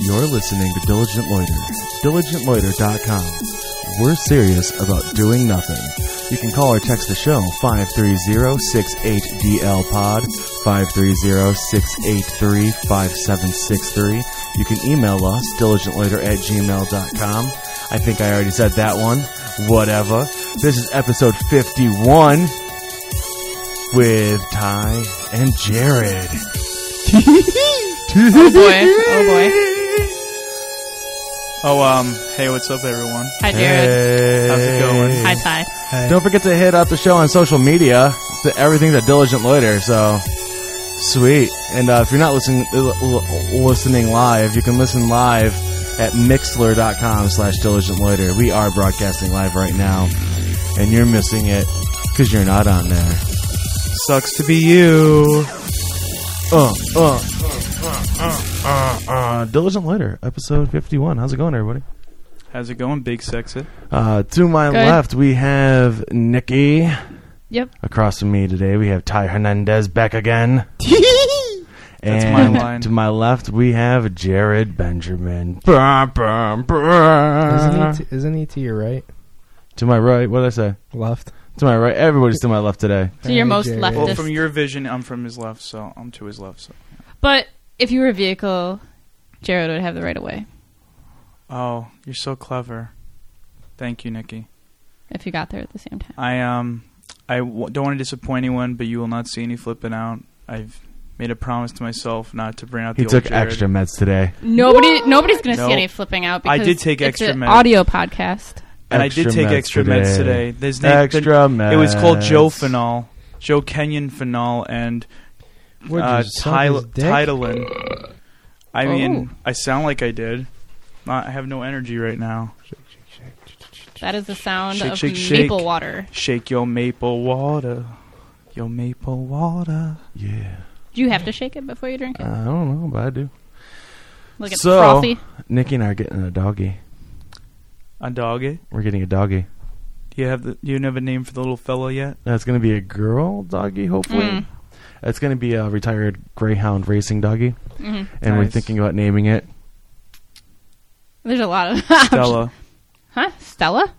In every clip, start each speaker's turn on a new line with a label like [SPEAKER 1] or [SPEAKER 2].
[SPEAKER 1] You're listening to Diligent Loiter. DiligentLoiter.com. We're serious about doing nothing. You can call or text the show 530-68DL Pod, 530-683-5763. You can email us, diligentloiter at gmail.com. I think I already said that one. Whatever. This is episode 51 with Ty and Jared.
[SPEAKER 2] Oh boy. Oh boy.
[SPEAKER 3] Oh, um, hey, what's up, everyone?
[SPEAKER 2] Hi, Jared.
[SPEAKER 3] How's it going?
[SPEAKER 2] Hi, Ty.
[SPEAKER 1] Don't forget to hit up the show on social media. The, everything's at Diligent Loiter. So sweet. And uh, if you're not listening l- l- listening live, you can listen live at mixler.com slash diligent loiter. We are broadcasting live right now, and you're missing it because you're not on there.
[SPEAKER 3] Sucks to be you.
[SPEAKER 1] Uh, uh, uh, uh, uh, uh. Diligent Loiter, episode 51. How's it going, everybody?
[SPEAKER 3] How's it going, Big Sexy?
[SPEAKER 1] Uh, to my
[SPEAKER 2] Good.
[SPEAKER 1] left, we have Nikki.
[SPEAKER 2] Yep.
[SPEAKER 1] Across from me today, we have Ty Hernandez back again.
[SPEAKER 3] That's
[SPEAKER 1] and
[SPEAKER 3] my line.
[SPEAKER 1] to my left, we have Jared Benjamin. Bah, bah, bah.
[SPEAKER 2] Uh-huh.
[SPEAKER 4] Isn't he, t- isn't he to your right?
[SPEAKER 1] to my right, what did I say?
[SPEAKER 4] Left?
[SPEAKER 1] To my right, everybody's to my left today.
[SPEAKER 2] So you're
[SPEAKER 4] Hey,
[SPEAKER 2] most
[SPEAKER 4] Jared.
[SPEAKER 3] Well,
[SPEAKER 2] leftist.
[SPEAKER 3] from your vision, I'm from his left, so I'm to his left. So,
[SPEAKER 2] But if you were a vehicle, Jared would have the right of way
[SPEAKER 3] oh, you're so clever. Thank you, Nikki.
[SPEAKER 2] if you got there at the same time.
[SPEAKER 3] I um, I w- don't want to disappoint anyone, but you will not see any flipping out. I've made a promise to myself not to bring out the
[SPEAKER 1] He
[SPEAKER 3] old
[SPEAKER 1] took
[SPEAKER 3] Jared.
[SPEAKER 1] extra meds today.
[SPEAKER 2] Nobody, nobody's going to
[SPEAKER 3] Nope.
[SPEAKER 2] see any flipping out.
[SPEAKER 3] I
[SPEAKER 2] Because
[SPEAKER 3] did take
[SPEAKER 2] it's
[SPEAKER 3] extra
[SPEAKER 2] an
[SPEAKER 3] med.
[SPEAKER 2] audio podcast.
[SPEAKER 3] and I did take extra meds today. There's na-
[SPEAKER 1] Extra
[SPEAKER 3] the-
[SPEAKER 1] meds.
[SPEAKER 3] It was called Jophenol, Joe Kenyon Phenol, and
[SPEAKER 4] Would
[SPEAKER 3] uh,
[SPEAKER 4] you suck
[SPEAKER 3] Tyl-
[SPEAKER 4] his dick?
[SPEAKER 3] Tidalin. I mean,
[SPEAKER 2] Oh.
[SPEAKER 3] I sound like I did. Not- I have no energy right now.
[SPEAKER 2] That is the sound
[SPEAKER 3] Shake,
[SPEAKER 2] of
[SPEAKER 3] shake, shake.
[SPEAKER 2] maple water.
[SPEAKER 3] Shake your maple water. Your maple water.
[SPEAKER 1] Yeah.
[SPEAKER 2] Do you have to shake it before you drink it?
[SPEAKER 1] I don't know, but I do.
[SPEAKER 2] Like it's
[SPEAKER 1] so-
[SPEAKER 2] frothy.
[SPEAKER 1] Nikki and I are getting a doggy.
[SPEAKER 3] A doggy.
[SPEAKER 1] We're getting a doggy.
[SPEAKER 3] Do you have the? Do you have a name for the little fellow yet?
[SPEAKER 1] That's going to be a girl doggy, hopefully.
[SPEAKER 2] Mm.
[SPEAKER 1] It's going to be a retired Greyhound racing doggy,
[SPEAKER 2] Mhm.
[SPEAKER 1] and we're
[SPEAKER 3] Nice.
[SPEAKER 1] thinking about naming it
[SPEAKER 2] There's a lot of
[SPEAKER 3] Stella.
[SPEAKER 2] huh? Stella.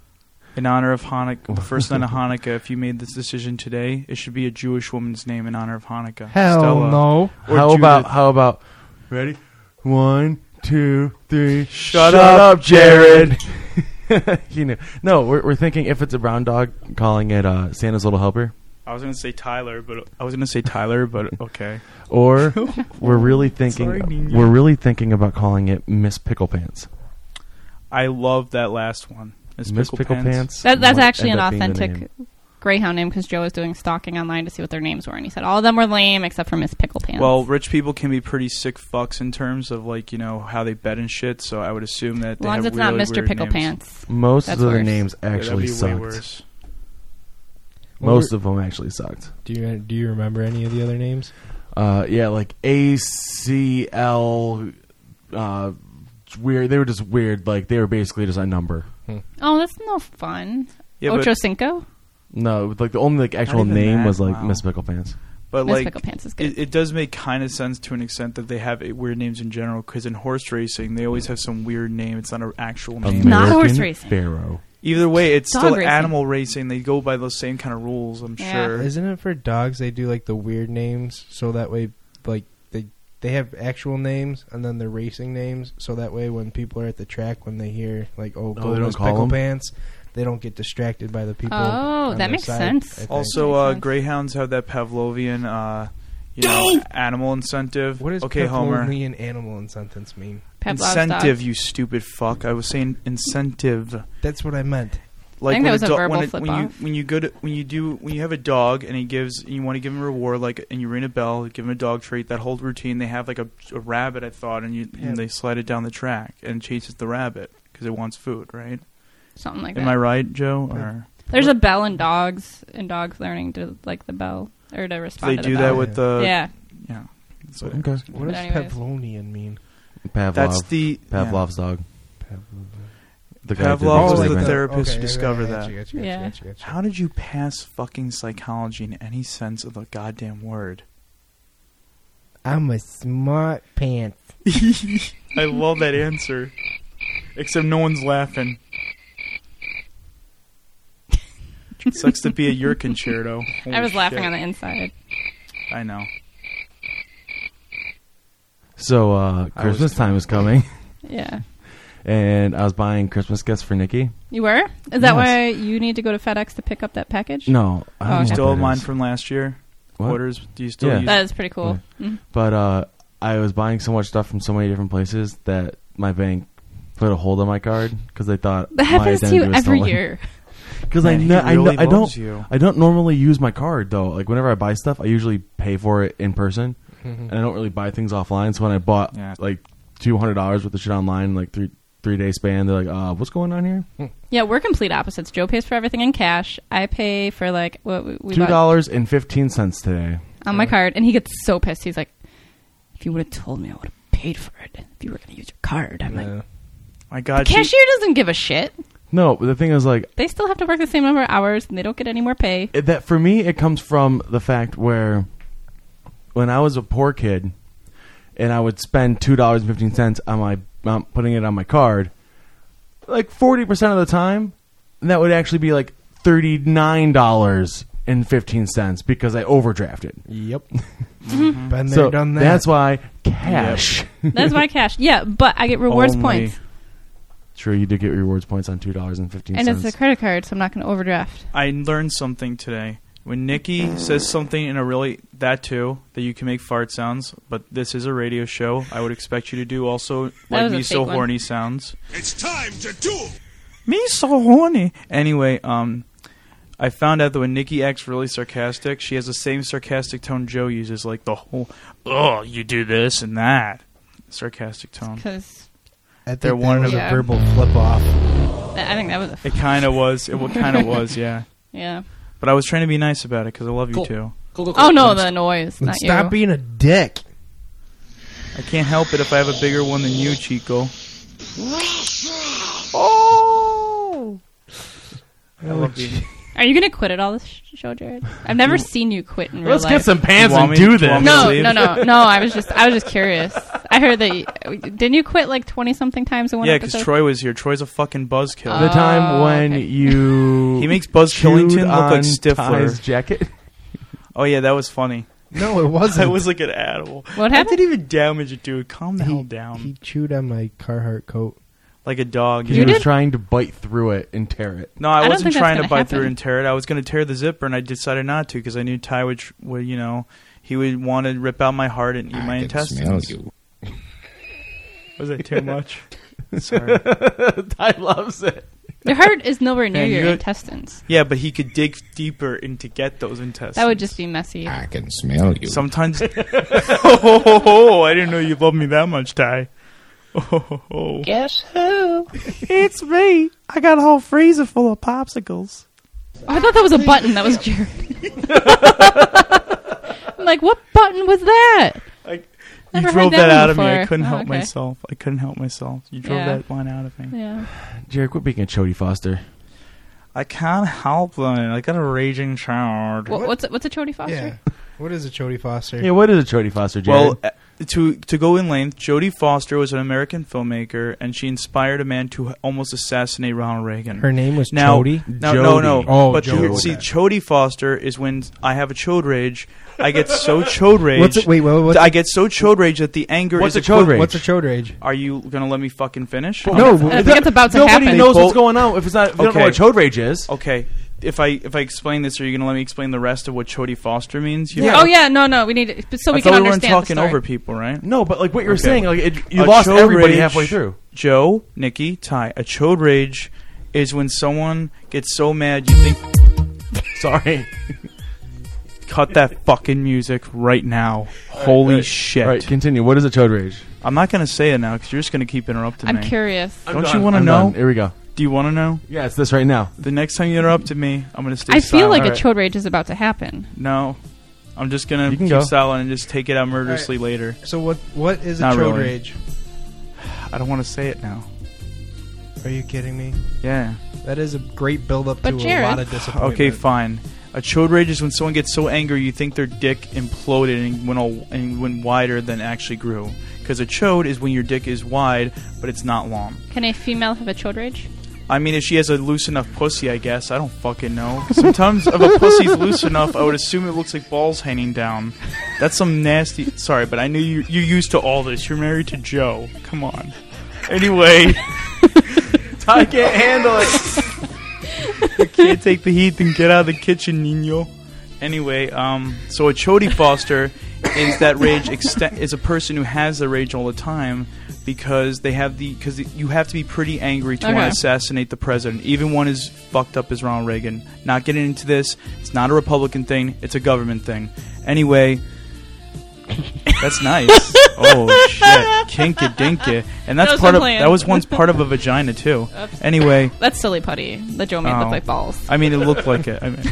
[SPEAKER 3] In honor of Hanukkah, the first night of Hanukkah, if you made this decision today, it should be a Jewish woman's name in honor of Hanukkah.
[SPEAKER 4] Hell
[SPEAKER 3] Stella.
[SPEAKER 4] no.
[SPEAKER 3] Or
[SPEAKER 1] how about
[SPEAKER 3] Judith.
[SPEAKER 1] how about ready? One, two, three.
[SPEAKER 3] Shut
[SPEAKER 1] up, Jared. he knew. No, we're we're thinking if it's a brown dog, calling it uh, Santa's Little Helper,
[SPEAKER 3] I was gonna say Tyler, but I was gonna say Tyler, but okay.
[SPEAKER 1] or we're really
[SPEAKER 3] Sorry,
[SPEAKER 1] thinking
[SPEAKER 3] Nina.
[SPEAKER 1] we're really thinking about calling it Miss Pickle Pants.
[SPEAKER 3] I love that last one. It's
[SPEAKER 1] Miss
[SPEAKER 3] Pickle,
[SPEAKER 1] Pickle
[SPEAKER 3] Pants.
[SPEAKER 1] Pants.
[SPEAKER 2] That, that's
[SPEAKER 1] might
[SPEAKER 2] actually an
[SPEAKER 1] end up being the
[SPEAKER 2] authentic
[SPEAKER 1] name.
[SPEAKER 2] Greyhound name because Joe was doing stalking online to see what their names were, and he said all of them were lame except for Miss Pickle Pants.
[SPEAKER 3] Well, rich people can be pretty sick fucks in terms of like you know how they bet and shit. So I would assume
[SPEAKER 2] as
[SPEAKER 3] that they
[SPEAKER 2] long as
[SPEAKER 3] have
[SPEAKER 2] it's not
[SPEAKER 3] really
[SPEAKER 2] Mr.
[SPEAKER 3] weird
[SPEAKER 2] Pickle
[SPEAKER 3] names.
[SPEAKER 2] Pants.
[SPEAKER 1] Most
[SPEAKER 2] That's
[SPEAKER 1] of the
[SPEAKER 2] worse.
[SPEAKER 1] names
[SPEAKER 3] Yeah, that'd
[SPEAKER 1] actually
[SPEAKER 3] be way
[SPEAKER 1] sucked.
[SPEAKER 3] worse.
[SPEAKER 1] Most of them actually sucked.
[SPEAKER 4] Do you do you remember any of the other names?
[SPEAKER 1] uh, yeah, like ACL. Uh, weird. They were just weird. Like they were basically just a number.
[SPEAKER 2] Oh, that's no fun.
[SPEAKER 3] Yeah, but,
[SPEAKER 2] Ocho Cinco.
[SPEAKER 1] No, with, like the only like actual
[SPEAKER 3] even
[SPEAKER 1] name
[SPEAKER 3] that,
[SPEAKER 1] was like
[SPEAKER 3] wow.
[SPEAKER 1] Miss Pickle Pants.
[SPEAKER 3] but
[SPEAKER 2] Miss
[SPEAKER 3] like
[SPEAKER 2] Pickle Pants is good.
[SPEAKER 3] it, it does make kind of sense to an extent that they have uh, weird names in general. Because in horse racing, they always have some weird name. It's not an actual name.
[SPEAKER 2] not horse racing.
[SPEAKER 1] Pharaoh.
[SPEAKER 3] Either way, it's
[SPEAKER 2] Dog
[SPEAKER 3] still
[SPEAKER 2] racing.
[SPEAKER 3] animal racing. They go by those same kind of rules. I'm
[SPEAKER 2] Yeah.
[SPEAKER 3] sure.
[SPEAKER 4] Isn't it for dogs they do like the weird names so that way like they they have actual names and then they're racing names so that way when people are at the track when they hear like oh,
[SPEAKER 1] they
[SPEAKER 4] go
[SPEAKER 1] don't
[SPEAKER 4] Miss
[SPEAKER 1] call
[SPEAKER 4] pickle
[SPEAKER 1] them?
[SPEAKER 4] pants they don't get distracted by the people.
[SPEAKER 2] Oh, that
[SPEAKER 4] on their
[SPEAKER 2] makes
[SPEAKER 4] side,
[SPEAKER 2] sense.
[SPEAKER 4] I think.
[SPEAKER 3] Also,
[SPEAKER 2] Makes
[SPEAKER 3] uh,
[SPEAKER 2] sense.
[SPEAKER 3] greyhounds have that Pavlovian, uh, you know, animal incentive.
[SPEAKER 4] what does
[SPEAKER 3] okay, Homer?
[SPEAKER 4] Pavlovian animal in sentence mean?
[SPEAKER 2] Pavlov's dog.
[SPEAKER 3] Incentive, you stupid fuck. I was saying incentive.
[SPEAKER 4] That's what I meant.
[SPEAKER 3] Like
[SPEAKER 2] think
[SPEAKER 3] when
[SPEAKER 2] that was a
[SPEAKER 3] do-
[SPEAKER 2] verbal
[SPEAKER 3] when,
[SPEAKER 2] flip
[SPEAKER 3] when you
[SPEAKER 2] off.
[SPEAKER 3] when you go to, when you do when you have a dog and he gives and you want to give him a reward like and you ring a bell, give him a dog treat. That whole routine they have like a, a rabbit, I thought, and you
[SPEAKER 4] Yeah.
[SPEAKER 3] and they slide it down the track and chases the rabbit because it wants food, right?
[SPEAKER 2] Something like
[SPEAKER 3] Am
[SPEAKER 2] that.
[SPEAKER 3] I right, Joe?
[SPEAKER 4] Yeah.
[SPEAKER 3] Or
[SPEAKER 2] There's a bell in dogs, and dogs learning to like the bell or to
[SPEAKER 3] do
[SPEAKER 2] respond. to
[SPEAKER 3] they do
[SPEAKER 2] the
[SPEAKER 3] that
[SPEAKER 2] bell.
[SPEAKER 3] with uh, the
[SPEAKER 2] yeah,
[SPEAKER 3] yeah? That's what-
[SPEAKER 1] Okay.
[SPEAKER 2] But
[SPEAKER 4] What does
[SPEAKER 2] anyways.
[SPEAKER 4] Pavlonian mean?
[SPEAKER 1] Pavlov.
[SPEAKER 3] That's the yeah.
[SPEAKER 1] Pavlov's dog. The guy
[SPEAKER 3] Pavlov
[SPEAKER 1] who
[SPEAKER 3] was
[SPEAKER 1] did
[SPEAKER 3] the
[SPEAKER 1] experiment.
[SPEAKER 3] therapist who
[SPEAKER 4] I got
[SPEAKER 3] discovered
[SPEAKER 4] you,
[SPEAKER 3] that.
[SPEAKER 4] I got you, I got you, I
[SPEAKER 2] Yeah.
[SPEAKER 4] got you, I got you.
[SPEAKER 3] How did you pass fucking psychology in any sense of the goddamn word?
[SPEAKER 4] I'm a smart pants.
[SPEAKER 3] I love that answer. Except no one's laughing. Sucks to be at your concerto. Holy
[SPEAKER 2] I was laughing
[SPEAKER 3] shit.
[SPEAKER 2] on the inside.
[SPEAKER 3] I know.
[SPEAKER 1] So uh,
[SPEAKER 3] I was
[SPEAKER 1] Christmas time is coming,
[SPEAKER 2] Yeah.
[SPEAKER 1] and I was buying Christmas gifts for Nikki.
[SPEAKER 2] You were? Is
[SPEAKER 1] Yes.
[SPEAKER 2] that why you need to go to FedEx to pick up that package?
[SPEAKER 1] No, I don't know
[SPEAKER 2] Oh, okay.
[SPEAKER 1] what
[SPEAKER 3] Still
[SPEAKER 1] that
[SPEAKER 3] have mine
[SPEAKER 1] is.
[SPEAKER 3] from last year.
[SPEAKER 1] What?
[SPEAKER 3] Orders. Do you still
[SPEAKER 1] Yeah.
[SPEAKER 3] use
[SPEAKER 2] That is pretty cool. Mhm.
[SPEAKER 1] But uh, I was buying so much stuff from so many different places that my bank put a hold on my card because they thought
[SPEAKER 2] That happens to you every year.
[SPEAKER 1] Because I,
[SPEAKER 3] Man, he
[SPEAKER 1] kno- I, kno-
[SPEAKER 3] really
[SPEAKER 1] I
[SPEAKER 3] loves
[SPEAKER 1] don't
[SPEAKER 3] you.
[SPEAKER 1] I don't normally use my card though. Like whenever I buy stuff, I usually pay for it in person, and I don't really buy things offline. So when I bought
[SPEAKER 3] Mm-hmm. Yeah.
[SPEAKER 1] like two hundred dollars worth of shit online, in, like three three day span, they're like, uh, "What's going on here?"
[SPEAKER 2] Yeah, we're complete opposites. Joe pays for everything in cash. I pay for like what we, we
[SPEAKER 1] Two
[SPEAKER 2] bought
[SPEAKER 1] dollars and fifteen cents today.
[SPEAKER 2] on my card, and he gets so pissed. He's like, "If you would have told me, I would have paid for it. If you were going to use your card, I'm like,
[SPEAKER 4] Yeah.
[SPEAKER 3] I got you.
[SPEAKER 2] cashier doesn't give a shit.
[SPEAKER 1] No, but the thing is, like,
[SPEAKER 2] They still have to work the same number of hours, and they don't get any more pay.
[SPEAKER 1] it- that for me it comes from the fact where when I was a poor kid and I would spend two dollars and fifteen cents on my on putting it on my card, like forty percent of the time, that would actually be like thirty nine dollars and fifteen cents because I overdrafted.
[SPEAKER 4] Yep. Mm-hmm. Been there,
[SPEAKER 1] so
[SPEAKER 4] done that.
[SPEAKER 1] that's why cash.
[SPEAKER 2] That's my cash. Yeah, but I get rewards
[SPEAKER 3] Only-
[SPEAKER 2] points,
[SPEAKER 1] True, you did get rewards points on two dollars and fifteen
[SPEAKER 2] and
[SPEAKER 1] cents.
[SPEAKER 2] it's a credit card, so I'm not going to overdraft.
[SPEAKER 3] I learned something today. When Nikki says something in a really that too that you can make fart sounds, but this is a radio show, I would expect you to do also like
[SPEAKER 2] was a
[SPEAKER 3] me so
[SPEAKER 2] fake one.
[SPEAKER 3] horny sounds.
[SPEAKER 5] It's time to duel!
[SPEAKER 3] Me so horny. Anyway, um, I found out that when Nikki acts really sarcastic, she has the same sarcastic tone Joe uses, like the whole "oh, you do this and that" sarcastic tone.
[SPEAKER 2] Because
[SPEAKER 4] I think
[SPEAKER 3] They're
[SPEAKER 4] that
[SPEAKER 3] one
[SPEAKER 4] was
[SPEAKER 2] of- Yeah.
[SPEAKER 4] a verbal flip off.
[SPEAKER 2] I think that was a f-
[SPEAKER 3] It kind of was. It kind of was, yeah.
[SPEAKER 2] yeah.
[SPEAKER 3] But I was trying to be nice about it because I love you
[SPEAKER 5] Cool.
[SPEAKER 3] too.
[SPEAKER 2] Oh no, the noise, not
[SPEAKER 4] Stop
[SPEAKER 2] you.
[SPEAKER 4] being a dick.
[SPEAKER 3] I can't help it if I have a bigger one than you, Chico.
[SPEAKER 4] Oh!
[SPEAKER 3] I love you.
[SPEAKER 2] Are you going to quit at all this sh- show, Jared? I've never seen you quit in real
[SPEAKER 1] Let's
[SPEAKER 2] life.
[SPEAKER 1] get some pants
[SPEAKER 3] You
[SPEAKER 1] and
[SPEAKER 3] want me-
[SPEAKER 1] do
[SPEAKER 3] you
[SPEAKER 1] this.
[SPEAKER 3] want me
[SPEAKER 2] No,
[SPEAKER 3] to leave?
[SPEAKER 2] no, no, no. I was just, I was just curious. I heard that you, didn't you quit like twenty something times in one
[SPEAKER 3] Yeah, because
[SPEAKER 2] episode?
[SPEAKER 3] Troy was here. Troy's a fucking buzzkill.
[SPEAKER 1] the time
[SPEAKER 2] Oh,
[SPEAKER 1] when
[SPEAKER 2] okay.
[SPEAKER 1] you
[SPEAKER 3] He makes Buzz
[SPEAKER 1] chewed
[SPEAKER 3] Killington look
[SPEAKER 1] on
[SPEAKER 3] like Stifler.
[SPEAKER 1] Ty's jacket.
[SPEAKER 3] Oh yeah, that was funny.
[SPEAKER 4] No, it wasn't.
[SPEAKER 3] That was like an animal.
[SPEAKER 2] what
[SPEAKER 3] I
[SPEAKER 2] happened?
[SPEAKER 3] didn't even damage it, dude. Calm the hell down.
[SPEAKER 4] He chewed on my Carhartt coat.
[SPEAKER 3] like a dog.
[SPEAKER 1] He
[SPEAKER 2] You
[SPEAKER 1] was
[SPEAKER 2] did?
[SPEAKER 1] trying to bite through it and tear it.
[SPEAKER 3] No, I,
[SPEAKER 2] I don't
[SPEAKER 3] wasn't
[SPEAKER 2] think that's
[SPEAKER 3] trying
[SPEAKER 2] gonna
[SPEAKER 3] to bite through
[SPEAKER 2] happen.
[SPEAKER 3] and tear it. I was going to tear the zipper, and I decided not to because I knew Ty would, tr- would, you know, he would want to rip out my heart and eat my intestines. Was that too much? Sorry.
[SPEAKER 1] Ty loves it.
[SPEAKER 2] Your heart is nowhere near
[SPEAKER 3] Man,
[SPEAKER 2] your
[SPEAKER 3] you-
[SPEAKER 2] intestines.
[SPEAKER 3] Yeah, but he could dig deeper in to get those intestines.
[SPEAKER 2] That would just be messy.
[SPEAKER 5] I can smell you.
[SPEAKER 3] Sometimes. oh, ho, ho, ho, I didn't know you loved me that much, Ty. Oh, ho, ho.
[SPEAKER 6] Guess who?
[SPEAKER 3] It's me. I got a whole freezer full of popsicles.
[SPEAKER 2] Oh, I thought that was a button. That was Jared. I'm like, what button was that?
[SPEAKER 3] Like,
[SPEAKER 2] Never
[SPEAKER 3] you
[SPEAKER 2] heard
[SPEAKER 3] drove
[SPEAKER 2] that
[SPEAKER 3] that,
[SPEAKER 2] one
[SPEAKER 3] out of me. I
[SPEAKER 2] before.
[SPEAKER 3] couldn't
[SPEAKER 2] Oh,
[SPEAKER 3] help
[SPEAKER 2] okay.
[SPEAKER 3] myself. I couldn't help myself. You drove
[SPEAKER 2] Yeah.
[SPEAKER 3] that one out of me.
[SPEAKER 2] Yeah.
[SPEAKER 1] Jerry, quit being a Chody Foster.
[SPEAKER 3] I can't help it. I got a raging child.
[SPEAKER 2] What, what's a, what's a Chody Foster?
[SPEAKER 4] Yeah. What is a Chody Foster?
[SPEAKER 1] Yeah, what is a Chody Foster, Jerry?
[SPEAKER 3] Well, uh, to to go in length, Jodie Foster was an American filmmaker, and she inspired a man to almost assassinate Ronald Reagan.
[SPEAKER 4] Her name was
[SPEAKER 3] now,
[SPEAKER 4] Chody.
[SPEAKER 3] No, no, no.
[SPEAKER 1] Jodie.
[SPEAKER 4] Oh,
[SPEAKER 3] but
[SPEAKER 4] Jodie.
[SPEAKER 3] you- see, Jodie Foster is when I have a chode rage. I get so chode rage.
[SPEAKER 4] What's it? Wait, what, what's,
[SPEAKER 3] I get so chode rage that the anger
[SPEAKER 1] What's
[SPEAKER 3] is
[SPEAKER 1] a chode
[SPEAKER 3] equivalent-
[SPEAKER 1] rage?
[SPEAKER 4] what's a Chode Rage?
[SPEAKER 3] Are you gonna let me fucking finish?
[SPEAKER 4] No,
[SPEAKER 2] I think it's about to
[SPEAKER 1] Nobody
[SPEAKER 2] happen.
[SPEAKER 1] knows
[SPEAKER 3] They
[SPEAKER 1] what's
[SPEAKER 3] both-
[SPEAKER 1] going on if it's not. If you don't know
[SPEAKER 3] Okay.
[SPEAKER 1] what Chode Rage is.
[SPEAKER 3] Okay. If I if I explain this, are you gonna let me explain the rest of what Jodie Foster means? You
[SPEAKER 1] Yeah.
[SPEAKER 3] know?
[SPEAKER 2] Oh yeah, no, no. We need it so
[SPEAKER 3] I
[SPEAKER 2] we
[SPEAKER 3] thought
[SPEAKER 2] can
[SPEAKER 3] we weren't
[SPEAKER 2] understand
[SPEAKER 3] talking
[SPEAKER 2] the story.
[SPEAKER 3] over people, right?
[SPEAKER 1] No, but like what you're
[SPEAKER 3] Okay.
[SPEAKER 1] saying, like it, you
[SPEAKER 3] A
[SPEAKER 1] lost
[SPEAKER 3] chode
[SPEAKER 1] everybody
[SPEAKER 3] rage-
[SPEAKER 1] halfway through.
[SPEAKER 3] Joe, Nikki, Ty. A chode rage is when someone gets so mad you think
[SPEAKER 1] Sorry.
[SPEAKER 3] cut that fucking music right now. Holy
[SPEAKER 1] right.
[SPEAKER 3] shit.
[SPEAKER 1] All right, continue. What is a Chode Rage?
[SPEAKER 3] I'm not going to say it now cuz you're just going to keep interrupting
[SPEAKER 2] I'm
[SPEAKER 3] me.
[SPEAKER 2] curious.
[SPEAKER 3] Don't
[SPEAKER 1] I'm
[SPEAKER 3] you
[SPEAKER 1] done.
[SPEAKER 3] wanna
[SPEAKER 1] I'm
[SPEAKER 3] know?
[SPEAKER 1] done. Here we go.
[SPEAKER 3] Do you want to know?
[SPEAKER 1] Yeah, it's this right now.
[SPEAKER 3] The next time you interrupted me, I'm going to stay
[SPEAKER 2] I feel
[SPEAKER 3] silent.
[SPEAKER 2] like a
[SPEAKER 1] Alright.
[SPEAKER 2] chode rage is about to happen.
[SPEAKER 3] No. I'm just going to
[SPEAKER 1] You can
[SPEAKER 3] keep
[SPEAKER 1] go.
[SPEAKER 3] silent and just take it out murderously later.
[SPEAKER 4] So what? What is a
[SPEAKER 3] Not
[SPEAKER 4] Chode
[SPEAKER 3] really.
[SPEAKER 4] Rage?
[SPEAKER 3] I don't want to say it now.
[SPEAKER 4] Are you kidding me?
[SPEAKER 3] Yeah.
[SPEAKER 4] That is a great build up
[SPEAKER 2] But
[SPEAKER 4] to
[SPEAKER 2] Jared-
[SPEAKER 4] a lot of disappointment.
[SPEAKER 3] Okay, fine. A chode rage is when someone gets so angry you think their dick imploded and went all, and went wider than actually grew. Because because a chode is when your dick is wide but it's not long.
[SPEAKER 2] Can a female have a chode rage?
[SPEAKER 3] I mean, if she has a loose enough pussy, I guess. I don't fucking know. Sometimes if a pussy's loose enough, I would assume it looks like balls hanging down. That's some nasty. Sorry, but I knew you, you're used to all this. You're married to Joe. Come on. Anyway, I can't handle it. you can't take the heat, then get out of the kitchen, Nino. Anyway, um, so a chody foster is that rage exten- is a person who has the rage all the time because they have the because you have to be pretty angry to
[SPEAKER 2] Okay.
[SPEAKER 3] want to assassinate the president, even one as fucked up as Ronald Reagan. Not getting into this. It's not a Republican thing. It's a government thing. Anyway, that's nice. oh shit, kinka dinka, and that's
[SPEAKER 2] That was
[SPEAKER 3] part of
[SPEAKER 2] unplanned.
[SPEAKER 3] that was once part of a vagina too.
[SPEAKER 2] Oops.
[SPEAKER 3] Anyway,
[SPEAKER 2] That's silly putty. The Joe made
[SPEAKER 3] Oh.
[SPEAKER 2] look like balls.
[SPEAKER 3] I mean it looked like it. I mean.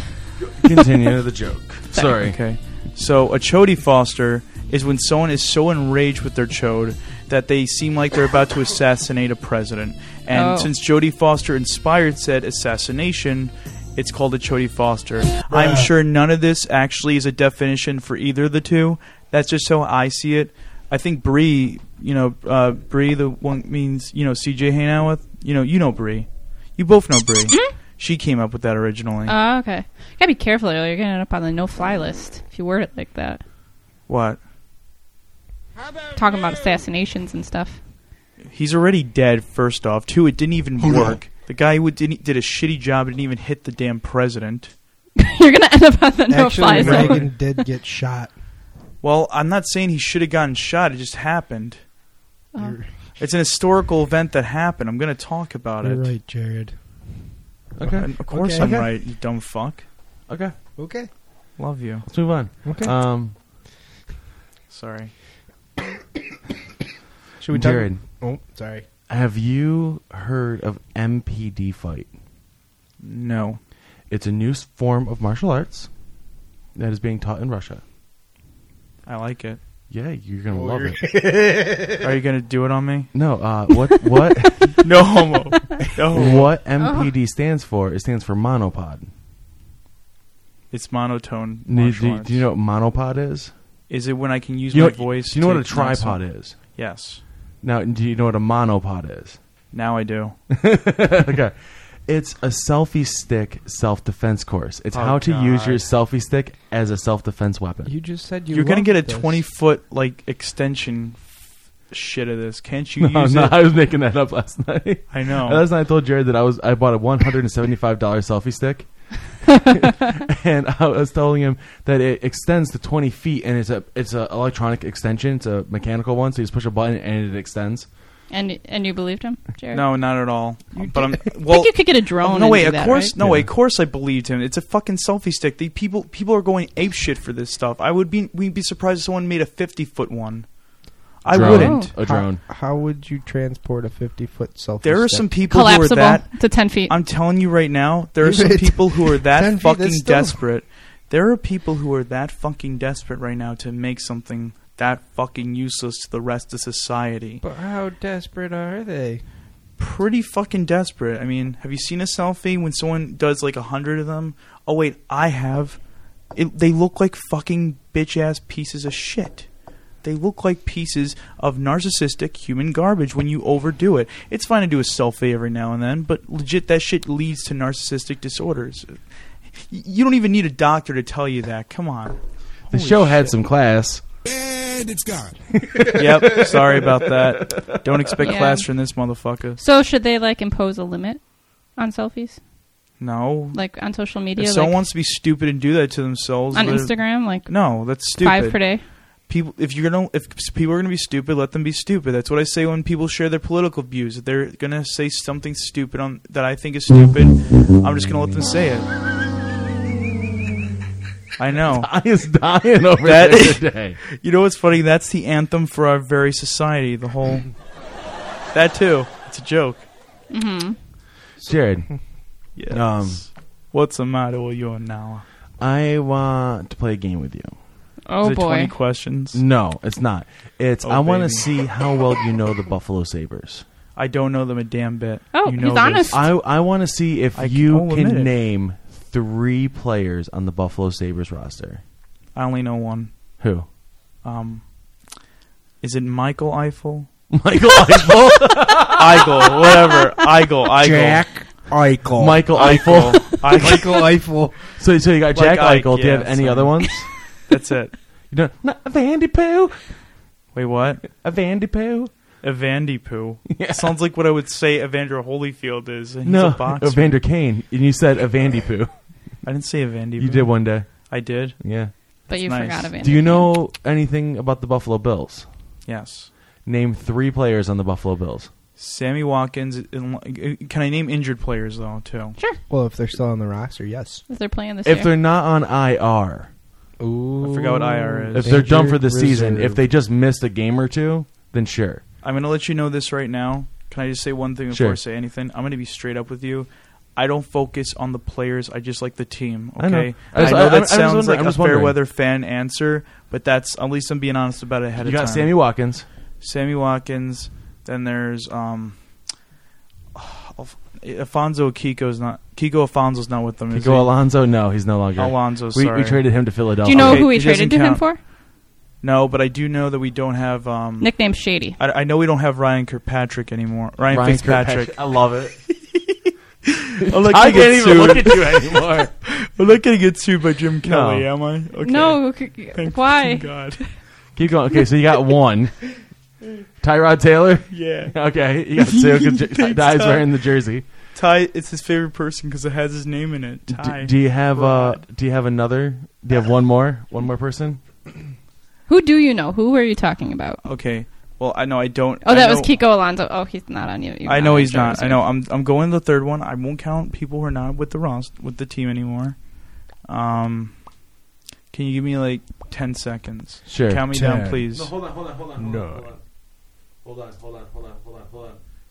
[SPEAKER 1] Continue the joke. Sorry.
[SPEAKER 3] Okay. So a chody foster is when someone is so enraged with their chode that they seem like they're about to assassinate a president. And
[SPEAKER 2] Oh.
[SPEAKER 3] since Jodie Foster inspired said assassination, it's called a chody foster. I'm sure none of this actually is a definition for either of the two. That's just how I see it. I think Bree, you know, uh, Bree, the one means you know CJ hanging out with, you know, you know Bree. You both know Bree.
[SPEAKER 2] Mm-hmm.
[SPEAKER 3] She came up with that originally.
[SPEAKER 2] Oh, okay. You gotta be careful, or you're gonna end up on the no-fly list if you word it like that.
[SPEAKER 3] what?
[SPEAKER 2] Talking about assassinations and stuff.
[SPEAKER 3] He's already dead. First off, two, it didn't even
[SPEAKER 1] Oh,
[SPEAKER 3] work. The guy who did, did a shitty job didn't even hit the damn president.
[SPEAKER 2] you're gonna end up on the no-fly
[SPEAKER 4] Actually,
[SPEAKER 2] zone.
[SPEAKER 4] Reagan did get shot.
[SPEAKER 3] Well, I'm not saying he should have gotten shot. It just happened.
[SPEAKER 2] Oh.
[SPEAKER 3] It's an historical event that happened. I'm going to talk about
[SPEAKER 4] You're
[SPEAKER 3] it.
[SPEAKER 4] right, Jared.
[SPEAKER 1] Okay.
[SPEAKER 3] Of course,
[SPEAKER 4] Okay.
[SPEAKER 3] I'm
[SPEAKER 4] Okay.
[SPEAKER 3] right. You dumb fuck.
[SPEAKER 1] Okay.
[SPEAKER 4] Okay. Uh,
[SPEAKER 3] Love you.
[SPEAKER 1] Let's move on.
[SPEAKER 4] Okay.
[SPEAKER 1] Um,
[SPEAKER 3] Sorry.
[SPEAKER 4] Should we talk?
[SPEAKER 1] Jared,
[SPEAKER 4] Oh, sorry.
[SPEAKER 1] have you heard of MPD fight?
[SPEAKER 3] No.
[SPEAKER 1] It's a new s- form of martial arts that is being taught in Russia.
[SPEAKER 3] I like it.
[SPEAKER 1] Yeah, Oh, you're gonna love
[SPEAKER 4] Warrior.
[SPEAKER 1] it.
[SPEAKER 3] Are you going to do it on me?
[SPEAKER 1] No, uh, what what
[SPEAKER 3] No homo. No. homo.
[SPEAKER 1] what MPD stands for? It stands for monopod.
[SPEAKER 3] It's monotone.
[SPEAKER 1] Do,
[SPEAKER 3] martial
[SPEAKER 1] do- do you know what monopod is?
[SPEAKER 3] Is it when I can use
[SPEAKER 1] You
[SPEAKER 3] my
[SPEAKER 1] know-
[SPEAKER 3] voice?
[SPEAKER 1] Do you know what
[SPEAKER 3] to
[SPEAKER 1] a tripod is?
[SPEAKER 3] Yes.
[SPEAKER 1] Now, do you know what a monopod is?
[SPEAKER 3] Now I do.
[SPEAKER 1] okay. It's a selfie stick self defense course. It's
[SPEAKER 3] Oh,
[SPEAKER 1] how to use your
[SPEAKER 3] God.
[SPEAKER 1] selfie stick as a self defense weapon.
[SPEAKER 4] You just said you.
[SPEAKER 3] You're gonna
[SPEAKER 4] loved
[SPEAKER 3] get a
[SPEAKER 4] this.
[SPEAKER 3] 20 foot like extension f- shit of this. Can't you
[SPEAKER 1] no,
[SPEAKER 3] use
[SPEAKER 1] no,
[SPEAKER 3] it?
[SPEAKER 1] I was making that up last night.
[SPEAKER 3] I know.
[SPEAKER 1] Last night I told Jared that I was I bought a one hundred and seventy five dollar selfie stick. and I was telling him that it extends to twenty feet and it's a it's a electronic extension, it's a mechanical one, so you just push a button and it extends.
[SPEAKER 2] And and you believed him, Jared?
[SPEAKER 3] no, not at all. But I'm
[SPEAKER 2] I
[SPEAKER 3] well.
[SPEAKER 2] think you could get a drone.
[SPEAKER 3] no,
[SPEAKER 2] and
[SPEAKER 3] wait.
[SPEAKER 2] do
[SPEAKER 3] Of
[SPEAKER 2] that,
[SPEAKER 3] course,
[SPEAKER 2] right?
[SPEAKER 3] no,
[SPEAKER 1] Yeah.
[SPEAKER 3] wait. Of course, I believed him. It's a fucking selfie stick. The people people are going ape shit for this stuff. I would be we'd be surprised if someone made a 50 foot one. I
[SPEAKER 1] Drone.
[SPEAKER 2] Oh.
[SPEAKER 3] wouldn't.
[SPEAKER 1] A drone.
[SPEAKER 4] How, how would you transport a 50 foot selfie?
[SPEAKER 3] There are
[SPEAKER 4] stick?
[SPEAKER 3] some people who are
[SPEAKER 2] Collapsible
[SPEAKER 3] that
[SPEAKER 2] to ten feet.
[SPEAKER 3] I'm telling you right now, there are
[SPEAKER 4] You
[SPEAKER 3] some
[SPEAKER 4] bet.
[SPEAKER 3] people who are
[SPEAKER 4] Ten
[SPEAKER 3] that
[SPEAKER 4] feet, that's
[SPEAKER 3] fucking
[SPEAKER 4] still-
[SPEAKER 3] desperate. There are people who are that fucking desperate right now to make something that fucking useless to the rest of society.
[SPEAKER 4] But how desperate are they?
[SPEAKER 3] Pretty fucking desperate. I mean, have you seen a selfie when someone does like a hundred of them? Oh wait, I have. It, they look like fucking bitch ass pieces of shit. They look like pieces of narcissistic human garbage when you overdo it. It's fine to do a selfie every now and then, but legit, that shit leads to narcissistic disorders. Y- You don't even need a doctor to tell you that. Come on.
[SPEAKER 1] The
[SPEAKER 3] Holy
[SPEAKER 1] show had
[SPEAKER 3] shit.
[SPEAKER 1] some class.
[SPEAKER 5] And it's gone.
[SPEAKER 3] yep. Sorry about that. Don't expect
[SPEAKER 2] Yeah.
[SPEAKER 3] class from this motherfucker.
[SPEAKER 2] so should they like impose a limit on selfies,
[SPEAKER 3] No.
[SPEAKER 2] like on social
[SPEAKER 3] If
[SPEAKER 2] media,
[SPEAKER 3] someone
[SPEAKER 2] like
[SPEAKER 3] wants to be stupid and do that to themselves
[SPEAKER 2] on
[SPEAKER 3] they're-
[SPEAKER 2] Instagram, like
[SPEAKER 3] no, that's stupid.
[SPEAKER 2] five per day?
[SPEAKER 3] people if you're gonna if people are gonna be stupid let them be stupid that's what i say when people share their political views if they're gonna say something stupid on that i think is stupid i'm just gonna let them say it i know
[SPEAKER 1] I is dying over
[SPEAKER 3] That-
[SPEAKER 1] there today.
[SPEAKER 3] you know what's funny that's the anthem for our very society the whole that too it's a joke
[SPEAKER 2] Mm-hmm.
[SPEAKER 1] Jared,
[SPEAKER 3] yes.
[SPEAKER 1] Um.
[SPEAKER 3] what's the matter with you now
[SPEAKER 1] I want to play a game with you.
[SPEAKER 2] Oh
[SPEAKER 3] Is it 20
[SPEAKER 2] boy.
[SPEAKER 3] questions
[SPEAKER 1] No, it's not. It's
[SPEAKER 3] Oh,
[SPEAKER 1] I want to
[SPEAKER 3] baby.
[SPEAKER 1] see how well you know the Buffalo Sabres.
[SPEAKER 3] i don't know them a damn bit
[SPEAKER 2] Oh,
[SPEAKER 3] you
[SPEAKER 2] he's
[SPEAKER 3] know this.
[SPEAKER 2] honest.
[SPEAKER 1] I, I want to see if
[SPEAKER 3] I can-
[SPEAKER 1] you
[SPEAKER 3] I'll admit
[SPEAKER 1] can
[SPEAKER 3] it.
[SPEAKER 1] name three players on the Buffalo Sabres roster.
[SPEAKER 3] i only know one
[SPEAKER 1] Who?
[SPEAKER 3] um Is it Michael Eiffel?
[SPEAKER 1] Michael Eiffel.
[SPEAKER 3] Eichel, whatever. Eichel, Eichel.
[SPEAKER 4] Jack Eichel.
[SPEAKER 1] Michael Eiffel.
[SPEAKER 3] Eichel. Eichel.
[SPEAKER 4] Michael Eiffel.
[SPEAKER 1] So, so you got
[SPEAKER 3] Like
[SPEAKER 1] Jack
[SPEAKER 3] Ike,
[SPEAKER 1] Eichel. Do you
[SPEAKER 3] yeah,
[SPEAKER 1] have any
[SPEAKER 3] so-
[SPEAKER 1] other ones?
[SPEAKER 3] That's it.
[SPEAKER 1] You know, not a Vandy Poo,
[SPEAKER 3] Wait, what?
[SPEAKER 1] a Vandy Poo.
[SPEAKER 3] Evandy Poo. Sounds like what I would say Evander Holyfield is. He's
[SPEAKER 1] no,
[SPEAKER 3] a boxer.
[SPEAKER 1] Evander Kane, and you said Evandy Poo.
[SPEAKER 3] I didn't say Evandy Poo.
[SPEAKER 1] You did one day,
[SPEAKER 3] I did.
[SPEAKER 1] yeah.
[SPEAKER 2] But you
[SPEAKER 3] nice.
[SPEAKER 2] forgot of it.
[SPEAKER 1] Do you know anything about the Buffalo Bills?
[SPEAKER 3] Yes.
[SPEAKER 1] Name three players on the Buffalo Bills.
[SPEAKER 3] Sammy Watkins. in- Can I name injured players, though, too?
[SPEAKER 4] Well, if they're still on the roster, yes.
[SPEAKER 2] If they're playing this
[SPEAKER 1] If
[SPEAKER 2] year.
[SPEAKER 1] they're not on IR,
[SPEAKER 4] Ooh.
[SPEAKER 3] I forgot what IR is.
[SPEAKER 1] if they're done
[SPEAKER 4] Injured
[SPEAKER 1] for the season,
[SPEAKER 4] reserve.
[SPEAKER 1] if they just missed a game or two, then sure.
[SPEAKER 3] I'm going to let you know this right now. Can I just say one thing before
[SPEAKER 1] Sure.
[SPEAKER 3] I say anything? I'm going to be straight up with you. I don't focus on the players. I just like the team. Okay.
[SPEAKER 1] I know. I
[SPEAKER 3] I
[SPEAKER 1] just-
[SPEAKER 3] know
[SPEAKER 1] I- I'm- I'm
[SPEAKER 3] that
[SPEAKER 1] just
[SPEAKER 3] sounds
[SPEAKER 1] wondering-
[SPEAKER 3] like
[SPEAKER 1] I'm
[SPEAKER 3] a
[SPEAKER 1] just wondering.
[SPEAKER 3] fair weather fan answer, but that's at least I'm being honest about it ahead
[SPEAKER 1] You
[SPEAKER 3] of
[SPEAKER 1] got
[SPEAKER 3] time.
[SPEAKER 1] Sammy Watkins.
[SPEAKER 3] Sammy Watkins. Then there's um, Alf- Alfonso Kiko's not Kiko Alfonso's not with them. is
[SPEAKER 1] Kiko
[SPEAKER 3] he?
[SPEAKER 1] Alonso. No, he's no longer.
[SPEAKER 3] Alonso.
[SPEAKER 1] we,
[SPEAKER 3] sorry.
[SPEAKER 1] we traded him to
[SPEAKER 2] Do
[SPEAKER 1] Philadelphia.
[SPEAKER 2] you know
[SPEAKER 3] Okay,
[SPEAKER 2] who we
[SPEAKER 3] it doesn't
[SPEAKER 2] traded to him
[SPEAKER 3] count. Mm.
[SPEAKER 2] for?
[SPEAKER 3] No, but I do know that we don't have. Um,
[SPEAKER 2] Nickname Shady.
[SPEAKER 3] I, I know we don't have Ryan Kirkpatrick anymore. Ryan,
[SPEAKER 1] Ryan
[SPEAKER 3] Fitzpatrick. Oh,
[SPEAKER 1] I love it.
[SPEAKER 3] I'm not
[SPEAKER 1] I
[SPEAKER 3] gonna
[SPEAKER 1] can't
[SPEAKER 3] get
[SPEAKER 1] even look
[SPEAKER 3] sued.
[SPEAKER 1] at you anymore.
[SPEAKER 3] I'm not gonna get sued by Jim
[SPEAKER 1] No.
[SPEAKER 3] Kelly, am I? Okay.
[SPEAKER 2] No, c-
[SPEAKER 3] Thank fucking
[SPEAKER 2] why?
[SPEAKER 3] God.
[SPEAKER 1] Keep going. Okay, so you got one. Tyrod Taylor.
[SPEAKER 3] Yeah.
[SPEAKER 1] Okay, you got two because
[SPEAKER 3] Thanks,
[SPEAKER 1] Ty's
[SPEAKER 3] Ty.
[SPEAKER 1] wearing the jersey.
[SPEAKER 3] Ty. It's his favorite person because it has his name in it. Ty.
[SPEAKER 1] Do, do you have uh,
[SPEAKER 3] Rod.
[SPEAKER 1] Do you have another? Do you have one more? One more person?
[SPEAKER 2] Who do you know? Who are you talking about?
[SPEAKER 3] okay. Well, I know I don't.
[SPEAKER 2] Oh, that
[SPEAKER 3] I
[SPEAKER 2] was
[SPEAKER 3] know-
[SPEAKER 2] Kiko Alonso. Oh, he's not on you. You're
[SPEAKER 3] I know
[SPEAKER 2] on
[SPEAKER 3] he's
[SPEAKER 2] injured
[SPEAKER 3] not. I
[SPEAKER 2] reserve.
[SPEAKER 3] know. I'm. I'm going to the third one. I won't count people who are not with the Ross with the team anymore. Um, can you give me like ten seconds?
[SPEAKER 1] Sure.
[SPEAKER 3] Count me down,
[SPEAKER 4] Ten.
[SPEAKER 3] please.
[SPEAKER 1] on, hold on, hold on,
[SPEAKER 4] hold on, hold on.
[SPEAKER 1] hold on, hold on, hold on, hold on, hold on,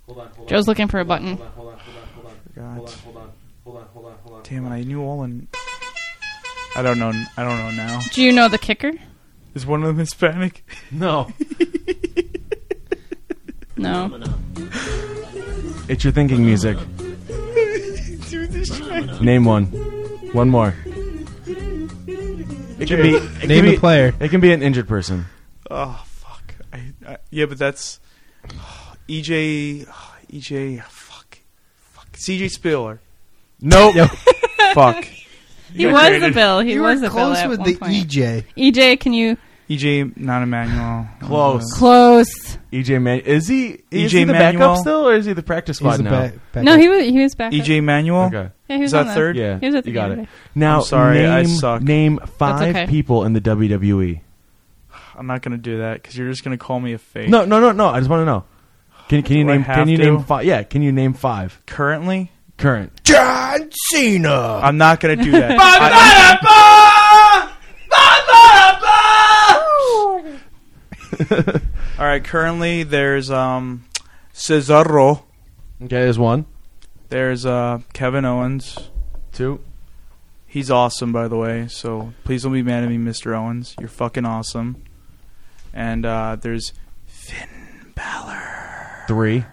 [SPEAKER 1] hold on, hold
[SPEAKER 2] Joe's looking for a button.
[SPEAKER 1] hold on, hold on, hold on,
[SPEAKER 3] God.
[SPEAKER 1] hold on, hold on, hold on, hold on.
[SPEAKER 3] Damn it! I knew all in. I don't know. I don't know now.
[SPEAKER 2] Do you know the kicker?
[SPEAKER 3] Is one of them Hispanic?
[SPEAKER 1] No,
[SPEAKER 2] No.
[SPEAKER 1] it's your thinking music. Name one. One more. It can be. It
[SPEAKER 4] Name
[SPEAKER 1] can
[SPEAKER 4] a
[SPEAKER 1] be,
[SPEAKER 4] player.
[SPEAKER 1] It can be an injured person.
[SPEAKER 3] Oh fuck! I, I yeah, but that's E EJ. EJ. Fuck. Fuck. CJ Spiller.
[SPEAKER 1] Nope.
[SPEAKER 3] fuck.
[SPEAKER 2] He was the bill. He
[SPEAKER 4] you
[SPEAKER 2] was
[SPEAKER 4] were
[SPEAKER 2] the bill
[SPEAKER 4] close
[SPEAKER 2] at
[SPEAKER 4] with
[SPEAKER 2] one
[SPEAKER 4] the E
[SPEAKER 1] E-
[SPEAKER 2] point.
[SPEAKER 4] EJ.
[SPEAKER 2] EJ, E can you
[SPEAKER 3] EJ. E Not Emmanuel.
[SPEAKER 1] Close.
[SPEAKER 2] close?
[SPEAKER 1] EJ Man. E Is he? E Is
[SPEAKER 3] EJ
[SPEAKER 1] he the
[SPEAKER 3] Manuel?
[SPEAKER 1] backup still, or is he the practice
[SPEAKER 4] He's
[SPEAKER 1] squad
[SPEAKER 4] the
[SPEAKER 1] now?
[SPEAKER 4] back, back
[SPEAKER 2] No, he was he was back.
[SPEAKER 3] EJ Uh, E Manuel.
[SPEAKER 1] Okay.
[SPEAKER 2] yeah, he was
[SPEAKER 3] Is that
[SPEAKER 2] on the-
[SPEAKER 3] third?
[SPEAKER 1] Yeah.
[SPEAKER 2] He was at the
[SPEAKER 1] you got
[SPEAKER 2] game
[SPEAKER 1] it. Now,
[SPEAKER 3] I'm sorry,
[SPEAKER 1] name,
[SPEAKER 3] I suck.
[SPEAKER 1] Name five
[SPEAKER 2] okay.
[SPEAKER 1] people in the E. WWE.
[SPEAKER 3] I'm not gonna do that because you're just gonna call me a fake.
[SPEAKER 1] No, no, no, no. I just want to know. Can can you
[SPEAKER 3] Do I
[SPEAKER 1] name? Can
[SPEAKER 3] have
[SPEAKER 1] you
[SPEAKER 3] to?
[SPEAKER 1] name five? Yeah. Can you name five
[SPEAKER 3] Currently,
[SPEAKER 1] current?
[SPEAKER 4] John Cena.
[SPEAKER 3] I'm not gonna do that. I- all right. Currently, there's um, Cesaro.
[SPEAKER 1] Okay, there's one,
[SPEAKER 3] There's uh, Kevin Owens.
[SPEAKER 1] two.
[SPEAKER 3] He's awesome, by the way. So please don't be mad at me, Mr. Owens. You're fucking awesome. And uh, there's
[SPEAKER 1] Three.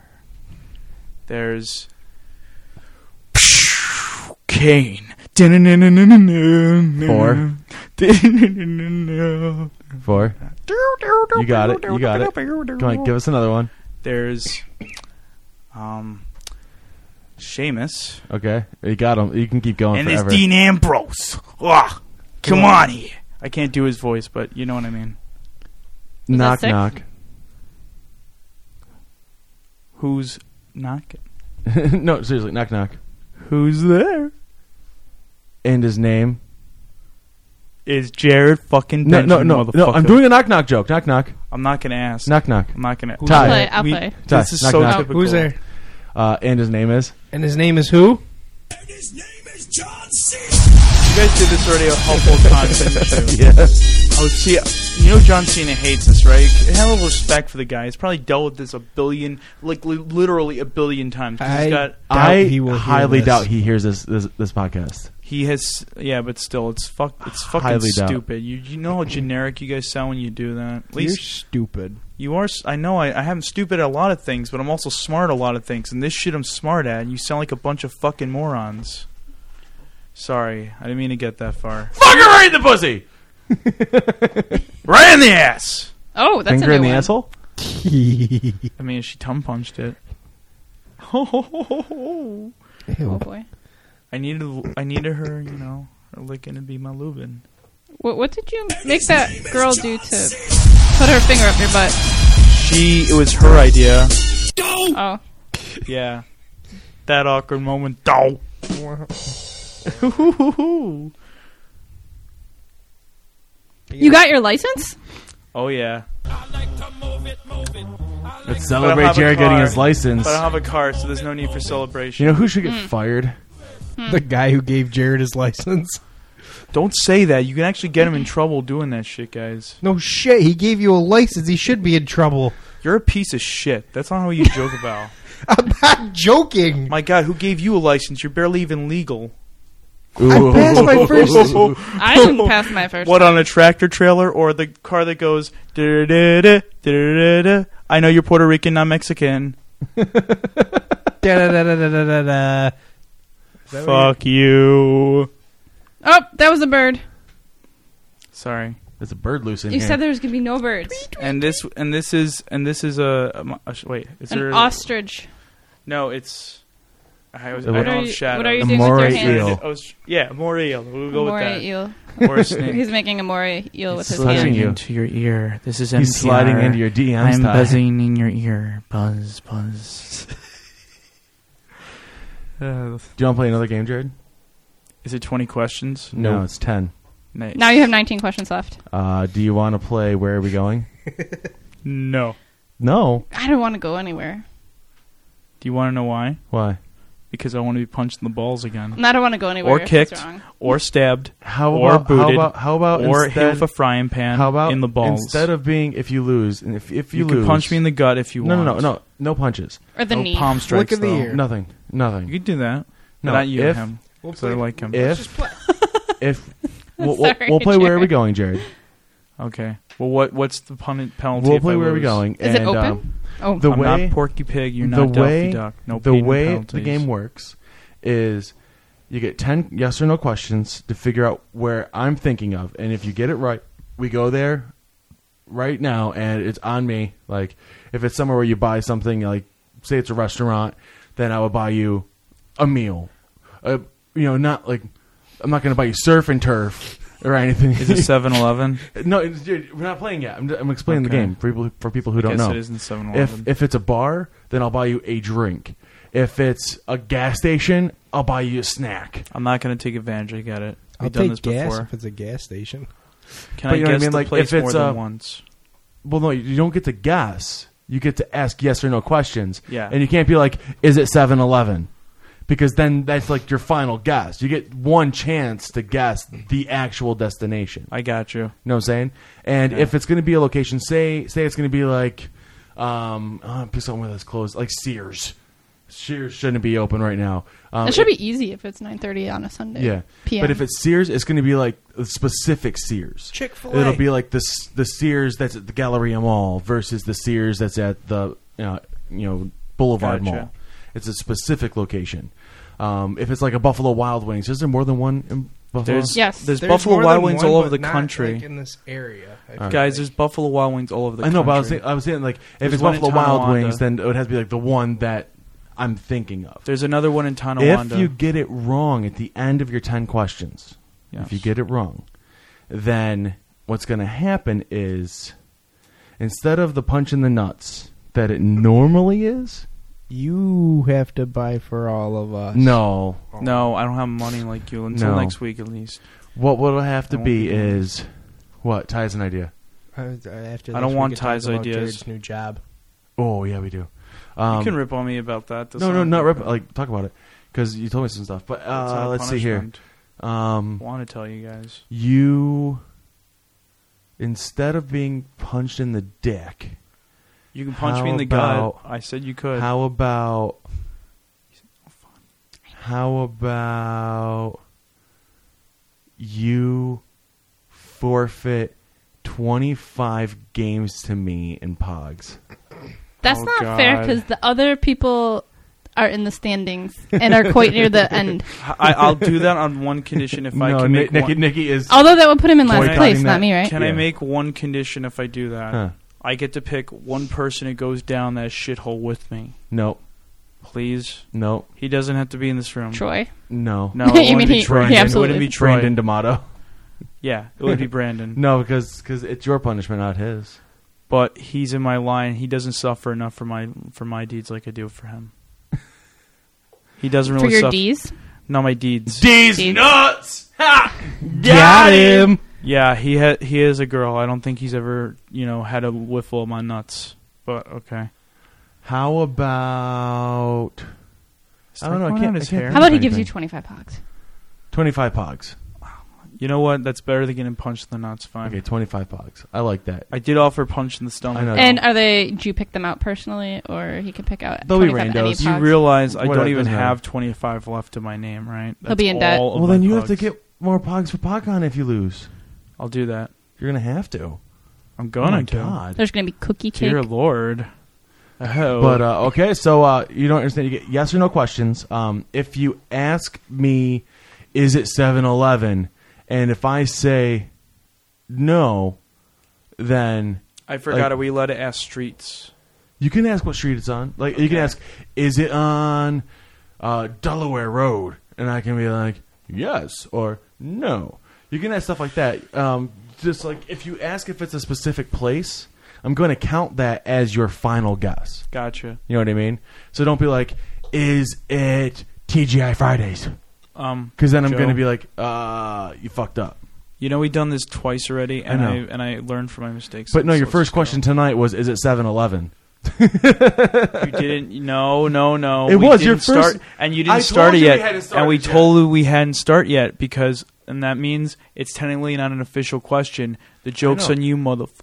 [SPEAKER 3] there's Kane. Four.
[SPEAKER 1] Four. You got it. You got it. Come on, give us another one.
[SPEAKER 3] There's um Seamus.
[SPEAKER 1] Okay, you got him. You can keep going
[SPEAKER 3] and
[SPEAKER 1] forever.
[SPEAKER 3] there's Dean Ambrose. Ah, come on here. I can't do his voice, but you know what I mean.
[SPEAKER 1] knock,
[SPEAKER 2] six?
[SPEAKER 1] knock.
[SPEAKER 3] Who's knocking?
[SPEAKER 1] no, seriously, knock, knock.
[SPEAKER 3] Who's there?
[SPEAKER 1] And his name.
[SPEAKER 3] Is Jared fucking
[SPEAKER 1] No,
[SPEAKER 3] Benjamin,
[SPEAKER 1] no, no, no. I'm
[SPEAKER 3] motherfucker.
[SPEAKER 1] doing a knock, knock joke. Knock, knock,
[SPEAKER 3] I'm not gonna ask.
[SPEAKER 1] knock, knock.
[SPEAKER 3] I'm not gonna.
[SPEAKER 1] Ty.
[SPEAKER 2] Play, I'll play.
[SPEAKER 1] Ty,
[SPEAKER 3] This is
[SPEAKER 1] knock,
[SPEAKER 3] so
[SPEAKER 1] knock.
[SPEAKER 3] typical.
[SPEAKER 4] Who's there?
[SPEAKER 1] Uh, and his name is.
[SPEAKER 4] And his name is who?
[SPEAKER 5] And his name is John Cena.
[SPEAKER 3] You guys did this already a couple times, didn't you? Oh, see, you know John Cena hates this, right? Have a little respect for the guy. He's probably dealt with this a billion, like li- literally a billion times. 'Cause
[SPEAKER 4] I-
[SPEAKER 3] He's got.
[SPEAKER 4] Doubt
[SPEAKER 1] I
[SPEAKER 4] he will hear
[SPEAKER 1] highly
[SPEAKER 4] this.
[SPEAKER 1] doubt he hears this this, this podcast.
[SPEAKER 3] He has, yeah, but still, it's fuck, it's fucking
[SPEAKER 1] Highly doubt.
[SPEAKER 3] stupid. You, you know how generic you guys sound when you do that. At
[SPEAKER 4] You're
[SPEAKER 3] least
[SPEAKER 4] stupid.
[SPEAKER 3] you are. s- I know I, I am stupid at a lot of things, but I'm also smart at a lot of things. And this shit I'm smart at. And you sound like a bunch of fucking morons. Sorry, I didn't mean to get that far.
[SPEAKER 1] Fuck her right in the pussy.
[SPEAKER 3] Right in the ass.
[SPEAKER 2] Oh, that's
[SPEAKER 1] Finger
[SPEAKER 2] a new
[SPEAKER 1] in the
[SPEAKER 2] one.
[SPEAKER 1] asshole?
[SPEAKER 3] I mean, she tongue punched it.
[SPEAKER 2] Oh
[SPEAKER 4] Ew.
[SPEAKER 2] boy.
[SPEAKER 3] I needed, I needed her, you know, her licking to be my lubin.
[SPEAKER 2] What, what did you make that girl do to put her finger up your butt?
[SPEAKER 3] She, it was her idea.
[SPEAKER 2] Oh,
[SPEAKER 3] Yeah, that awkward moment. Dow.
[SPEAKER 2] you got your license?
[SPEAKER 3] Oh yeah,
[SPEAKER 1] Let's
[SPEAKER 3] But I
[SPEAKER 1] celebrate
[SPEAKER 3] have a
[SPEAKER 1] Jared getting
[SPEAKER 3] car.
[SPEAKER 1] his license.
[SPEAKER 3] but I don't have a car, so there's no need for
[SPEAKER 1] You
[SPEAKER 3] celebration.
[SPEAKER 1] know who should get
[SPEAKER 2] Mm.
[SPEAKER 1] fired?
[SPEAKER 3] Hmm.
[SPEAKER 4] The guy who gave Jared his license.
[SPEAKER 3] Don't say that. You can actually get him in trouble doing that shit, guys.
[SPEAKER 4] No shit, he gave you a license. He should be in trouble.
[SPEAKER 3] You're a piece of shit. That's not how you joke about.
[SPEAKER 4] I'm not joking.
[SPEAKER 3] My God, who gave you a license? You're barely even legal.
[SPEAKER 4] I passed my first.
[SPEAKER 2] I didn't pass my first.
[SPEAKER 3] What on a tractor trailer or the car that goes? "Da-da-da-da, da-da-da-da." I know you're Puerto Rican, not Mexican.
[SPEAKER 4] Da-da-da-da-da-da-da. that what
[SPEAKER 3] Fuck you.
[SPEAKER 2] Oh, that was a bird.
[SPEAKER 3] Sorry.
[SPEAKER 1] There's a bird loose in
[SPEAKER 2] You
[SPEAKER 1] here.
[SPEAKER 2] said there was gonna be no birds.
[SPEAKER 3] And this and this is and this is a, a mo- a sh- wait. Is there
[SPEAKER 2] An
[SPEAKER 3] a-
[SPEAKER 2] ostrich.
[SPEAKER 3] no? It's I was I
[SPEAKER 1] What
[SPEAKER 3] don't
[SPEAKER 1] are
[SPEAKER 3] have
[SPEAKER 2] you-
[SPEAKER 3] shadow.
[SPEAKER 2] what are you
[SPEAKER 1] a
[SPEAKER 2] doing with your
[SPEAKER 1] moray
[SPEAKER 2] hands?
[SPEAKER 1] eel.
[SPEAKER 3] I was, yeah, more eel. We'll go
[SPEAKER 2] Moray
[SPEAKER 3] with
[SPEAKER 2] eel.
[SPEAKER 3] that. Or a snake.
[SPEAKER 2] He's making a moray eel with
[SPEAKER 1] It's
[SPEAKER 2] his
[SPEAKER 1] sliding
[SPEAKER 2] hand.
[SPEAKER 1] you.
[SPEAKER 3] into your ear. This is
[SPEAKER 1] He's sliding into your DMs. Ty.
[SPEAKER 3] in your ear. Buzz, buzz.
[SPEAKER 1] Do
[SPEAKER 3] uh,
[SPEAKER 1] you want to play another game, Jared?
[SPEAKER 3] is it twenty questions?
[SPEAKER 1] No, it's ten.
[SPEAKER 3] Nice.
[SPEAKER 2] Now you have 19 questions left.
[SPEAKER 1] Uh, do you want to play Where Are We Going?
[SPEAKER 3] No.
[SPEAKER 1] No.
[SPEAKER 2] I don't want to go anywhere.
[SPEAKER 3] Do you want to know why?
[SPEAKER 1] Why?
[SPEAKER 3] Because I want to be punched in the balls again,
[SPEAKER 2] And I don't want to go anywhere.
[SPEAKER 3] Or
[SPEAKER 2] if
[SPEAKER 3] kicked.
[SPEAKER 2] It's wrong.
[SPEAKER 3] or stabbed,
[SPEAKER 1] How
[SPEAKER 3] Or
[SPEAKER 1] about, how
[SPEAKER 3] booted.
[SPEAKER 1] about how about
[SPEAKER 3] or hit
[SPEAKER 1] instead,
[SPEAKER 3] with a frying pan.
[SPEAKER 1] how about
[SPEAKER 3] in the balls?
[SPEAKER 1] instead of being if you lose and if if you,
[SPEAKER 3] you,
[SPEAKER 1] lose
[SPEAKER 3] can punch me in the gut if you
[SPEAKER 1] no no
[SPEAKER 3] want.
[SPEAKER 1] no no no punches
[SPEAKER 2] Or the
[SPEAKER 3] No
[SPEAKER 2] knee.
[SPEAKER 3] palm strikes.
[SPEAKER 4] in the
[SPEAKER 3] though.
[SPEAKER 4] ear.
[SPEAKER 1] nothing nothing
[SPEAKER 3] You could do that.
[SPEAKER 1] no
[SPEAKER 3] No, not you.
[SPEAKER 1] if
[SPEAKER 3] him.
[SPEAKER 4] We'll
[SPEAKER 3] 'cause I
[SPEAKER 4] play-
[SPEAKER 3] like him.
[SPEAKER 1] if
[SPEAKER 4] Just play.
[SPEAKER 1] if we'll, we'll,
[SPEAKER 2] Sorry,
[SPEAKER 1] we'll play where are we
[SPEAKER 2] Jared.
[SPEAKER 1] going Jared
[SPEAKER 3] Okay. Well, what what's the pun- penalty?
[SPEAKER 1] we'll
[SPEAKER 3] if
[SPEAKER 1] play
[SPEAKER 3] I
[SPEAKER 1] where are we
[SPEAKER 3] lose?
[SPEAKER 1] going
[SPEAKER 2] Is it
[SPEAKER 1] and
[SPEAKER 2] open?
[SPEAKER 1] um,
[SPEAKER 2] oh,
[SPEAKER 1] the
[SPEAKER 3] I'm
[SPEAKER 1] way-
[SPEAKER 3] not Porky Pig. You're
[SPEAKER 1] the
[SPEAKER 3] not Daffy
[SPEAKER 1] way-
[SPEAKER 3] Duck. No
[SPEAKER 1] the
[SPEAKER 3] paid no
[SPEAKER 1] way the
[SPEAKER 3] penalties.
[SPEAKER 1] game works is you get 10 yes or no questions to figure out where I'm thinking of. And if you get it right, we go there right now and it's on me. Like, if it's somewhere where you buy something, like, say it's a restaurant, then I would buy you a meal. Uh, you know, not like, I'm not going to buy you surf and turf or anything.
[SPEAKER 3] Is it 7-Eleven?
[SPEAKER 1] no, it's- dude, we're not playing yet. I'm, I'm explaining
[SPEAKER 3] Okay.
[SPEAKER 1] the game for people, for people who don't
[SPEAKER 3] Guess
[SPEAKER 1] know
[SPEAKER 3] it isn't 7-Eleven.
[SPEAKER 1] if if it's a bar, then I'll buy you a drink. If it's a gas station, I'll buy you a snack.
[SPEAKER 3] I'm not going to take advantage. I got it. We've
[SPEAKER 4] I'll
[SPEAKER 3] done
[SPEAKER 4] take
[SPEAKER 3] this
[SPEAKER 4] gas
[SPEAKER 3] before.
[SPEAKER 4] if it's a gas station.
[SPEAKER 3] Can
[SPEAKER 1] But
[SPEAKER 3] I
[SPEAKER 1] you know what I
[SPEAKER 3] guess
[SPEAKER 1] mean?
[SPEAKER 3] the
[SPEAKER 1] Like, if
[SPEAKER 3] place
[SPEAKER 1] it's,
[SPEAKER 3] more
[SPEAKER 1] uh,
[SPEAKER 3] than once?
[SPEAKER 1] Well, no, you don't get to guess. You get to ask yes or no questions.
[SPEAKER 3] Yeah.
[SPEAKER 1] And you can't be like, "Is it 7-Eleven? Because then that's like your final guess. You get one chance to guess the actual destination.
[SPEAKER 3] I got you.
[SPEAKER 1] You know what I'm saying? And
[SPEAKER 3] Okay.
[SPEAKER 1] if it's going to be a location, say say it's going to be like, um, oh, I'm pissed somewhere that's closed, like Sears. Sears shouldn't be open right now. Um,
[SPEAKER 2] it should be easy if it's 9:30 on a Sunday.
[SPEAKER 1] Yeah,
[SPEAKER 2] PM.
[SPEAKER 1] but if it's Sears, it's going to be like a specific Sears.
[SPEAKER 4] Chick-fil-A.
[SPEAKER 1] It'll be like this the Sears that's at the Galleria Mall versus the Sears that's at the you know, you know Boulevard
[SPEAKER 3] Gotcha.
[SPEAKER 1] Mall. It's a specific location. Um, if it's like a Buffalo Wild Wings, is there more than one? In Buffalo?
[SPEAKER 3] There's
[SPEAKER 2] Yes.
[SPEAKER 3] There's,
[SPEAKER 4] There's
[SPEAKER 3] Buffalo
[SPEAKER 4] more
[SPEAKER 3] Wild
[SPEAKER 4] than
[SPEAKER 3] Wings
[SPEAKER 4] one,
[SPEAKER 3] all over the
[SPEAKER 4] but not,
[SPEAKER 3] country.
[SPEAKER 4] like, in this area. I feel
[SPEAKER 3] Guys,
[SPEAKER 4] like.
[SPEAKER 3] there's Buffalo Wild Wings all over the
[SPEAKER 1] I
[SPEAKER 3] country.
[SPEAKER 1] know, but I was, saying, I was saying like if
[SPEAKER 3] There's
[SPEAKER 1] it's
[SPEAKER 3] one in
[SPEAKER 1] Buffalo Wild
[SPEAKER 3] Tonawanda.
[SPEAKER 1] Wings, then it would have to be like the one that I'm thinking of.
[SPEAKER 3] There's another one in Tonawanda.
[SPEAKER 1] uh, If you get it wrong at the end of your ten questions,
[SPEAKER 3] Yes.
[SPEAKER 1] if you get it wrong, then what's going to happen is instead of the punch in the nuts that it normally is,
[SPEAKER 4] you have to buy for all of us.
[SPEAKER 1] no.
[SPEAKER 3] no, I don't have money like you until
[SPEAKER 1] No.
[SPEAKER 3] next week at least.
[SPEAKER 1] What will have to
[SPEAKER 3] I won't
[SPEAKER 1] be
[SPEAKER 3] be doing it.
[SPEAKER 1] is what Ty's an idea.
[SPEAKER 4] I, Uh, after
[SPEAKER 3] I
[SPEAKER 4] this,
[SPEAKER 3] don't
[SPEAKER 4] we
[SPEAKER 3] want
[SPEAKER 4] could talk
[SPEAKER 3] Ty's
[SPEAKER 4] about
[SPEAKER 3] ideas.
[SPEAKER 4] Jared's new job.
[SPEAKER 1] Oh yeah, we do. Um,
[SPEAKER 3] you can rip on me about that. That's
[SPEAKER 1] no, no, not
[SPEAKER 3] okay.
[SPEAKER 1] rip. Like talk about it because you told me some stuff. But
[SPEAKER 3] That's
[SPEAKER 1] uh,
[SPEAKER 3] not
[SPEAKER 1] let's see here.
[SPEAKER 3] punishment.
[SPEAKER 1] Um,
[SPEAKER 3] I want to tell you guys.
[SPEAKER 1] you instead of being punched in the dick,
[SPEAKER 3] You can punch me
[SPEAKER 1] How
[SPEAKER 3] in the
[SPEAKER 1] about-
[SPEAKER 3] gut. I said you could.
[SPEAKER 1] How about how about you forfeit twenty five games to me in Pogs?
[SPEAKER 2] That's
[SPEAKER 3] Oh,
[SPEAKER 2] not fair
[SPEAKER 3] God.
[SPEAKER 2] because the other people are in the standings and are quite near the end.
[SPEAKER 3] I, I'll do that on one condition if I
[SPEAKER 1] no,
[SPEAKER 3] can
[SPEAKER 1] Nick,
[SPEAKER 3] make
[SPEAKER 1] Nicky,
[SPEAKER 3] one.
[SPEAKER 1] Nicky is.
[SPEAKER 2] Although that would put him in last
[SPEAKER 3] Boycotting
[SPEAKER 2] place,
[SPEAKER 1] that.
[SPEAKER 2] not me, right?
[SPEAKER 3] Can
[SPEAKER 1] Yeah.
[SPEAKER 3] I make one condition if I do that?
[SPEAKER 1] Huh.
[SPEAKER 3] I get to pick one person who goes down that shithole with me.
[SPEAKER 1] No,
[SPEAKER 3] Please.
[SPEAKER 1] no,
[SPEAKER 3] He doesn't have to be in this room.
[SPEAKER 2] Troy.
[SPEAKER 1] no.
[SPEAKER 3] No, it
[SPEAKER 2] You
[SPEAKER 3] wouldn't
[SPEAKER 2] mean
[SPEAKER 3] be
[SPEAKER 2] he-
[SPEAKER 3] Troy.
[SPEAKER 1] he
[SPEAKER 3] it wouldn't
[SPEAKER 2] absolutely-
[SPEAKER 3] be Troy.
[SPEAKER 1] Brandon D'Amato.
[SPEAKER 3] Yeah, it would be Brandon.
[SPEAKER 1] No, because cause it's your punishment, not his.
[SPEAKER 3] But he's in my line. He doesn't suffer enough for my for my deeds like I do for him. He doesn't
[SPEAKER 2] For
[SPEAKER 3] really
[SPEAKER 2] your
[SPEAKER 3] suffer.
[SPEAKER 2] D's?
[SPEAKER 3] Not my deeds.
[SPEAKER 1] D's
[SPEAKER 2] Deeds.
[SPEAKER 1] nuts.
[SPEAKER 3] Got
[SPEAKER 1] him.
[SPEAKER 3] Yeah, he ha- he is a girl. I don't think he's ever you know had a whiffle of my nuts. But okay.
[SPEAKER 1] How about I don't know, I can't-
[SPEAKER 3] Start growing out his
[SPEAKER 1] I can't
[SPEAKER 3] hair.
[SPEAKER 2] How about he gives you
[SPEAKER 1] anything.
[SPEAKER 2] 25 pogs?
[SPEAKER 1] twenty-five pogs?
[SPEAKER 3] You know what? That's better than getting punched in the nuts. Fine.
[SPEAKER 1] Okay, twenty-five pogs. I like that.
[SPEAKER 3] I did offer punch in the stomach.
[SPEAKER 1] I know.
[SPEAKER 2] And are they? Do you pick them out personally, or he can pick out?
[SPEAKER 1] They'll be
[SPEAKER 2] 25 any
[SPEAKER 1] randos.
[SPEAKER 3] You
[SPEAKER 2] pogs?
[SPEAKER 3] realize I
[SPEAKER 1] What,
[SPEAKER 3] don't
[SPEAKER 1] it
[SPEAKER 3] even
[SPEAKER 1] doesn't matter.
[SPEAKER 3] have 25 left to my name, right?
[SPEAKER 2] He'll be in debt.
[SPEAKER 3] all of
[SPEAKER 1] Well,
[SPEAKER 3] my
[SPEAKER 1] then you have to
[SPEAKER 3] pogs.
[SPEAKER 1] get more pogs for PogCon if you lose.
[SPEAKER 3] I'll do that.
[SPEAKER 1] You're gonna have to. oh
[SPEAKER 3] I'm gonna
[SPEAKER 1] my
[SPEAKER 3] do.
[SPEAKER 1] god.
[SPEAKER 2] There's going to be cookie cake.
[SPEAKER 3] Dear Lord. Oh.
[SPEAKER 1] But uh, okay, so uh, you don't understand. You get yes or no questions. Um, if you ask me, is it 7-Eleven, and if I say no, then
[SPEAKER 3] I forgot
[SPEAKER 1] like-
[SPEAKER 3] are we allowed to ask streets.
[SPEAKER 1] you can ask what street it's on. Like you can
[SPEAKER 3] Okay.
[SPEAKER 1] ask, is it on uh, Delaware Road? And I can be like, yes or no. You can ask stuff like that. Um, just like if you ask if it's a specific place, I'm going to count that as your final guess.
[SPEAKER 3] Gotcha.
[SPEAKER 1] You know what I mean? So don't be like, is it TGI Fridays?
[SPEAKER 3] Um,
[SPEAKER 1] Because then I'm
[SPEAKER 3] Joe,
[SPEAKER 1] going to be like, uh, you fucked up.
[SPEAKER 3] you know, we've done this twice already, and
[SPEAKER 1] know.
[SPEAKER 3] I, and I learned from my mistakes.
[SPEAKER 1] But no,
[SPEAKER 3] so
[SPEAKER 1] your
[SPEAKER 3] let's
[SPEAKER 1] first
[SPEAKER 3] go.
[SPEAKER 1] question tonight was, is it 7 Eleven?
[SPEAKER 3] you didn't. No, no, no.
[SPEAKER 1] It
[SPEAKER 3] we
[SPEAKER 1] was your
[SPEAKER 3] didn't
[SPEAKER 1] first-
[SPEAKER 3] start, and you
[SPEAKER 1] I
[SPEAKER 3] didn't
[SPEAKER 1] told
[SPEAKER 3] start it
[SPEAKER 1] you we
[SPEAKER 3] yet.
[SPEAKER 1] hadn't started
[SPEAKER 3] and we
[SPEAKER 1] yet.
[SPEAKER 3] told you we hadn't start yet because, and that means it's technically not an official question. The joke's
[SPEAKER 1] know.
[SPEAKER 3] on you, motherfucker.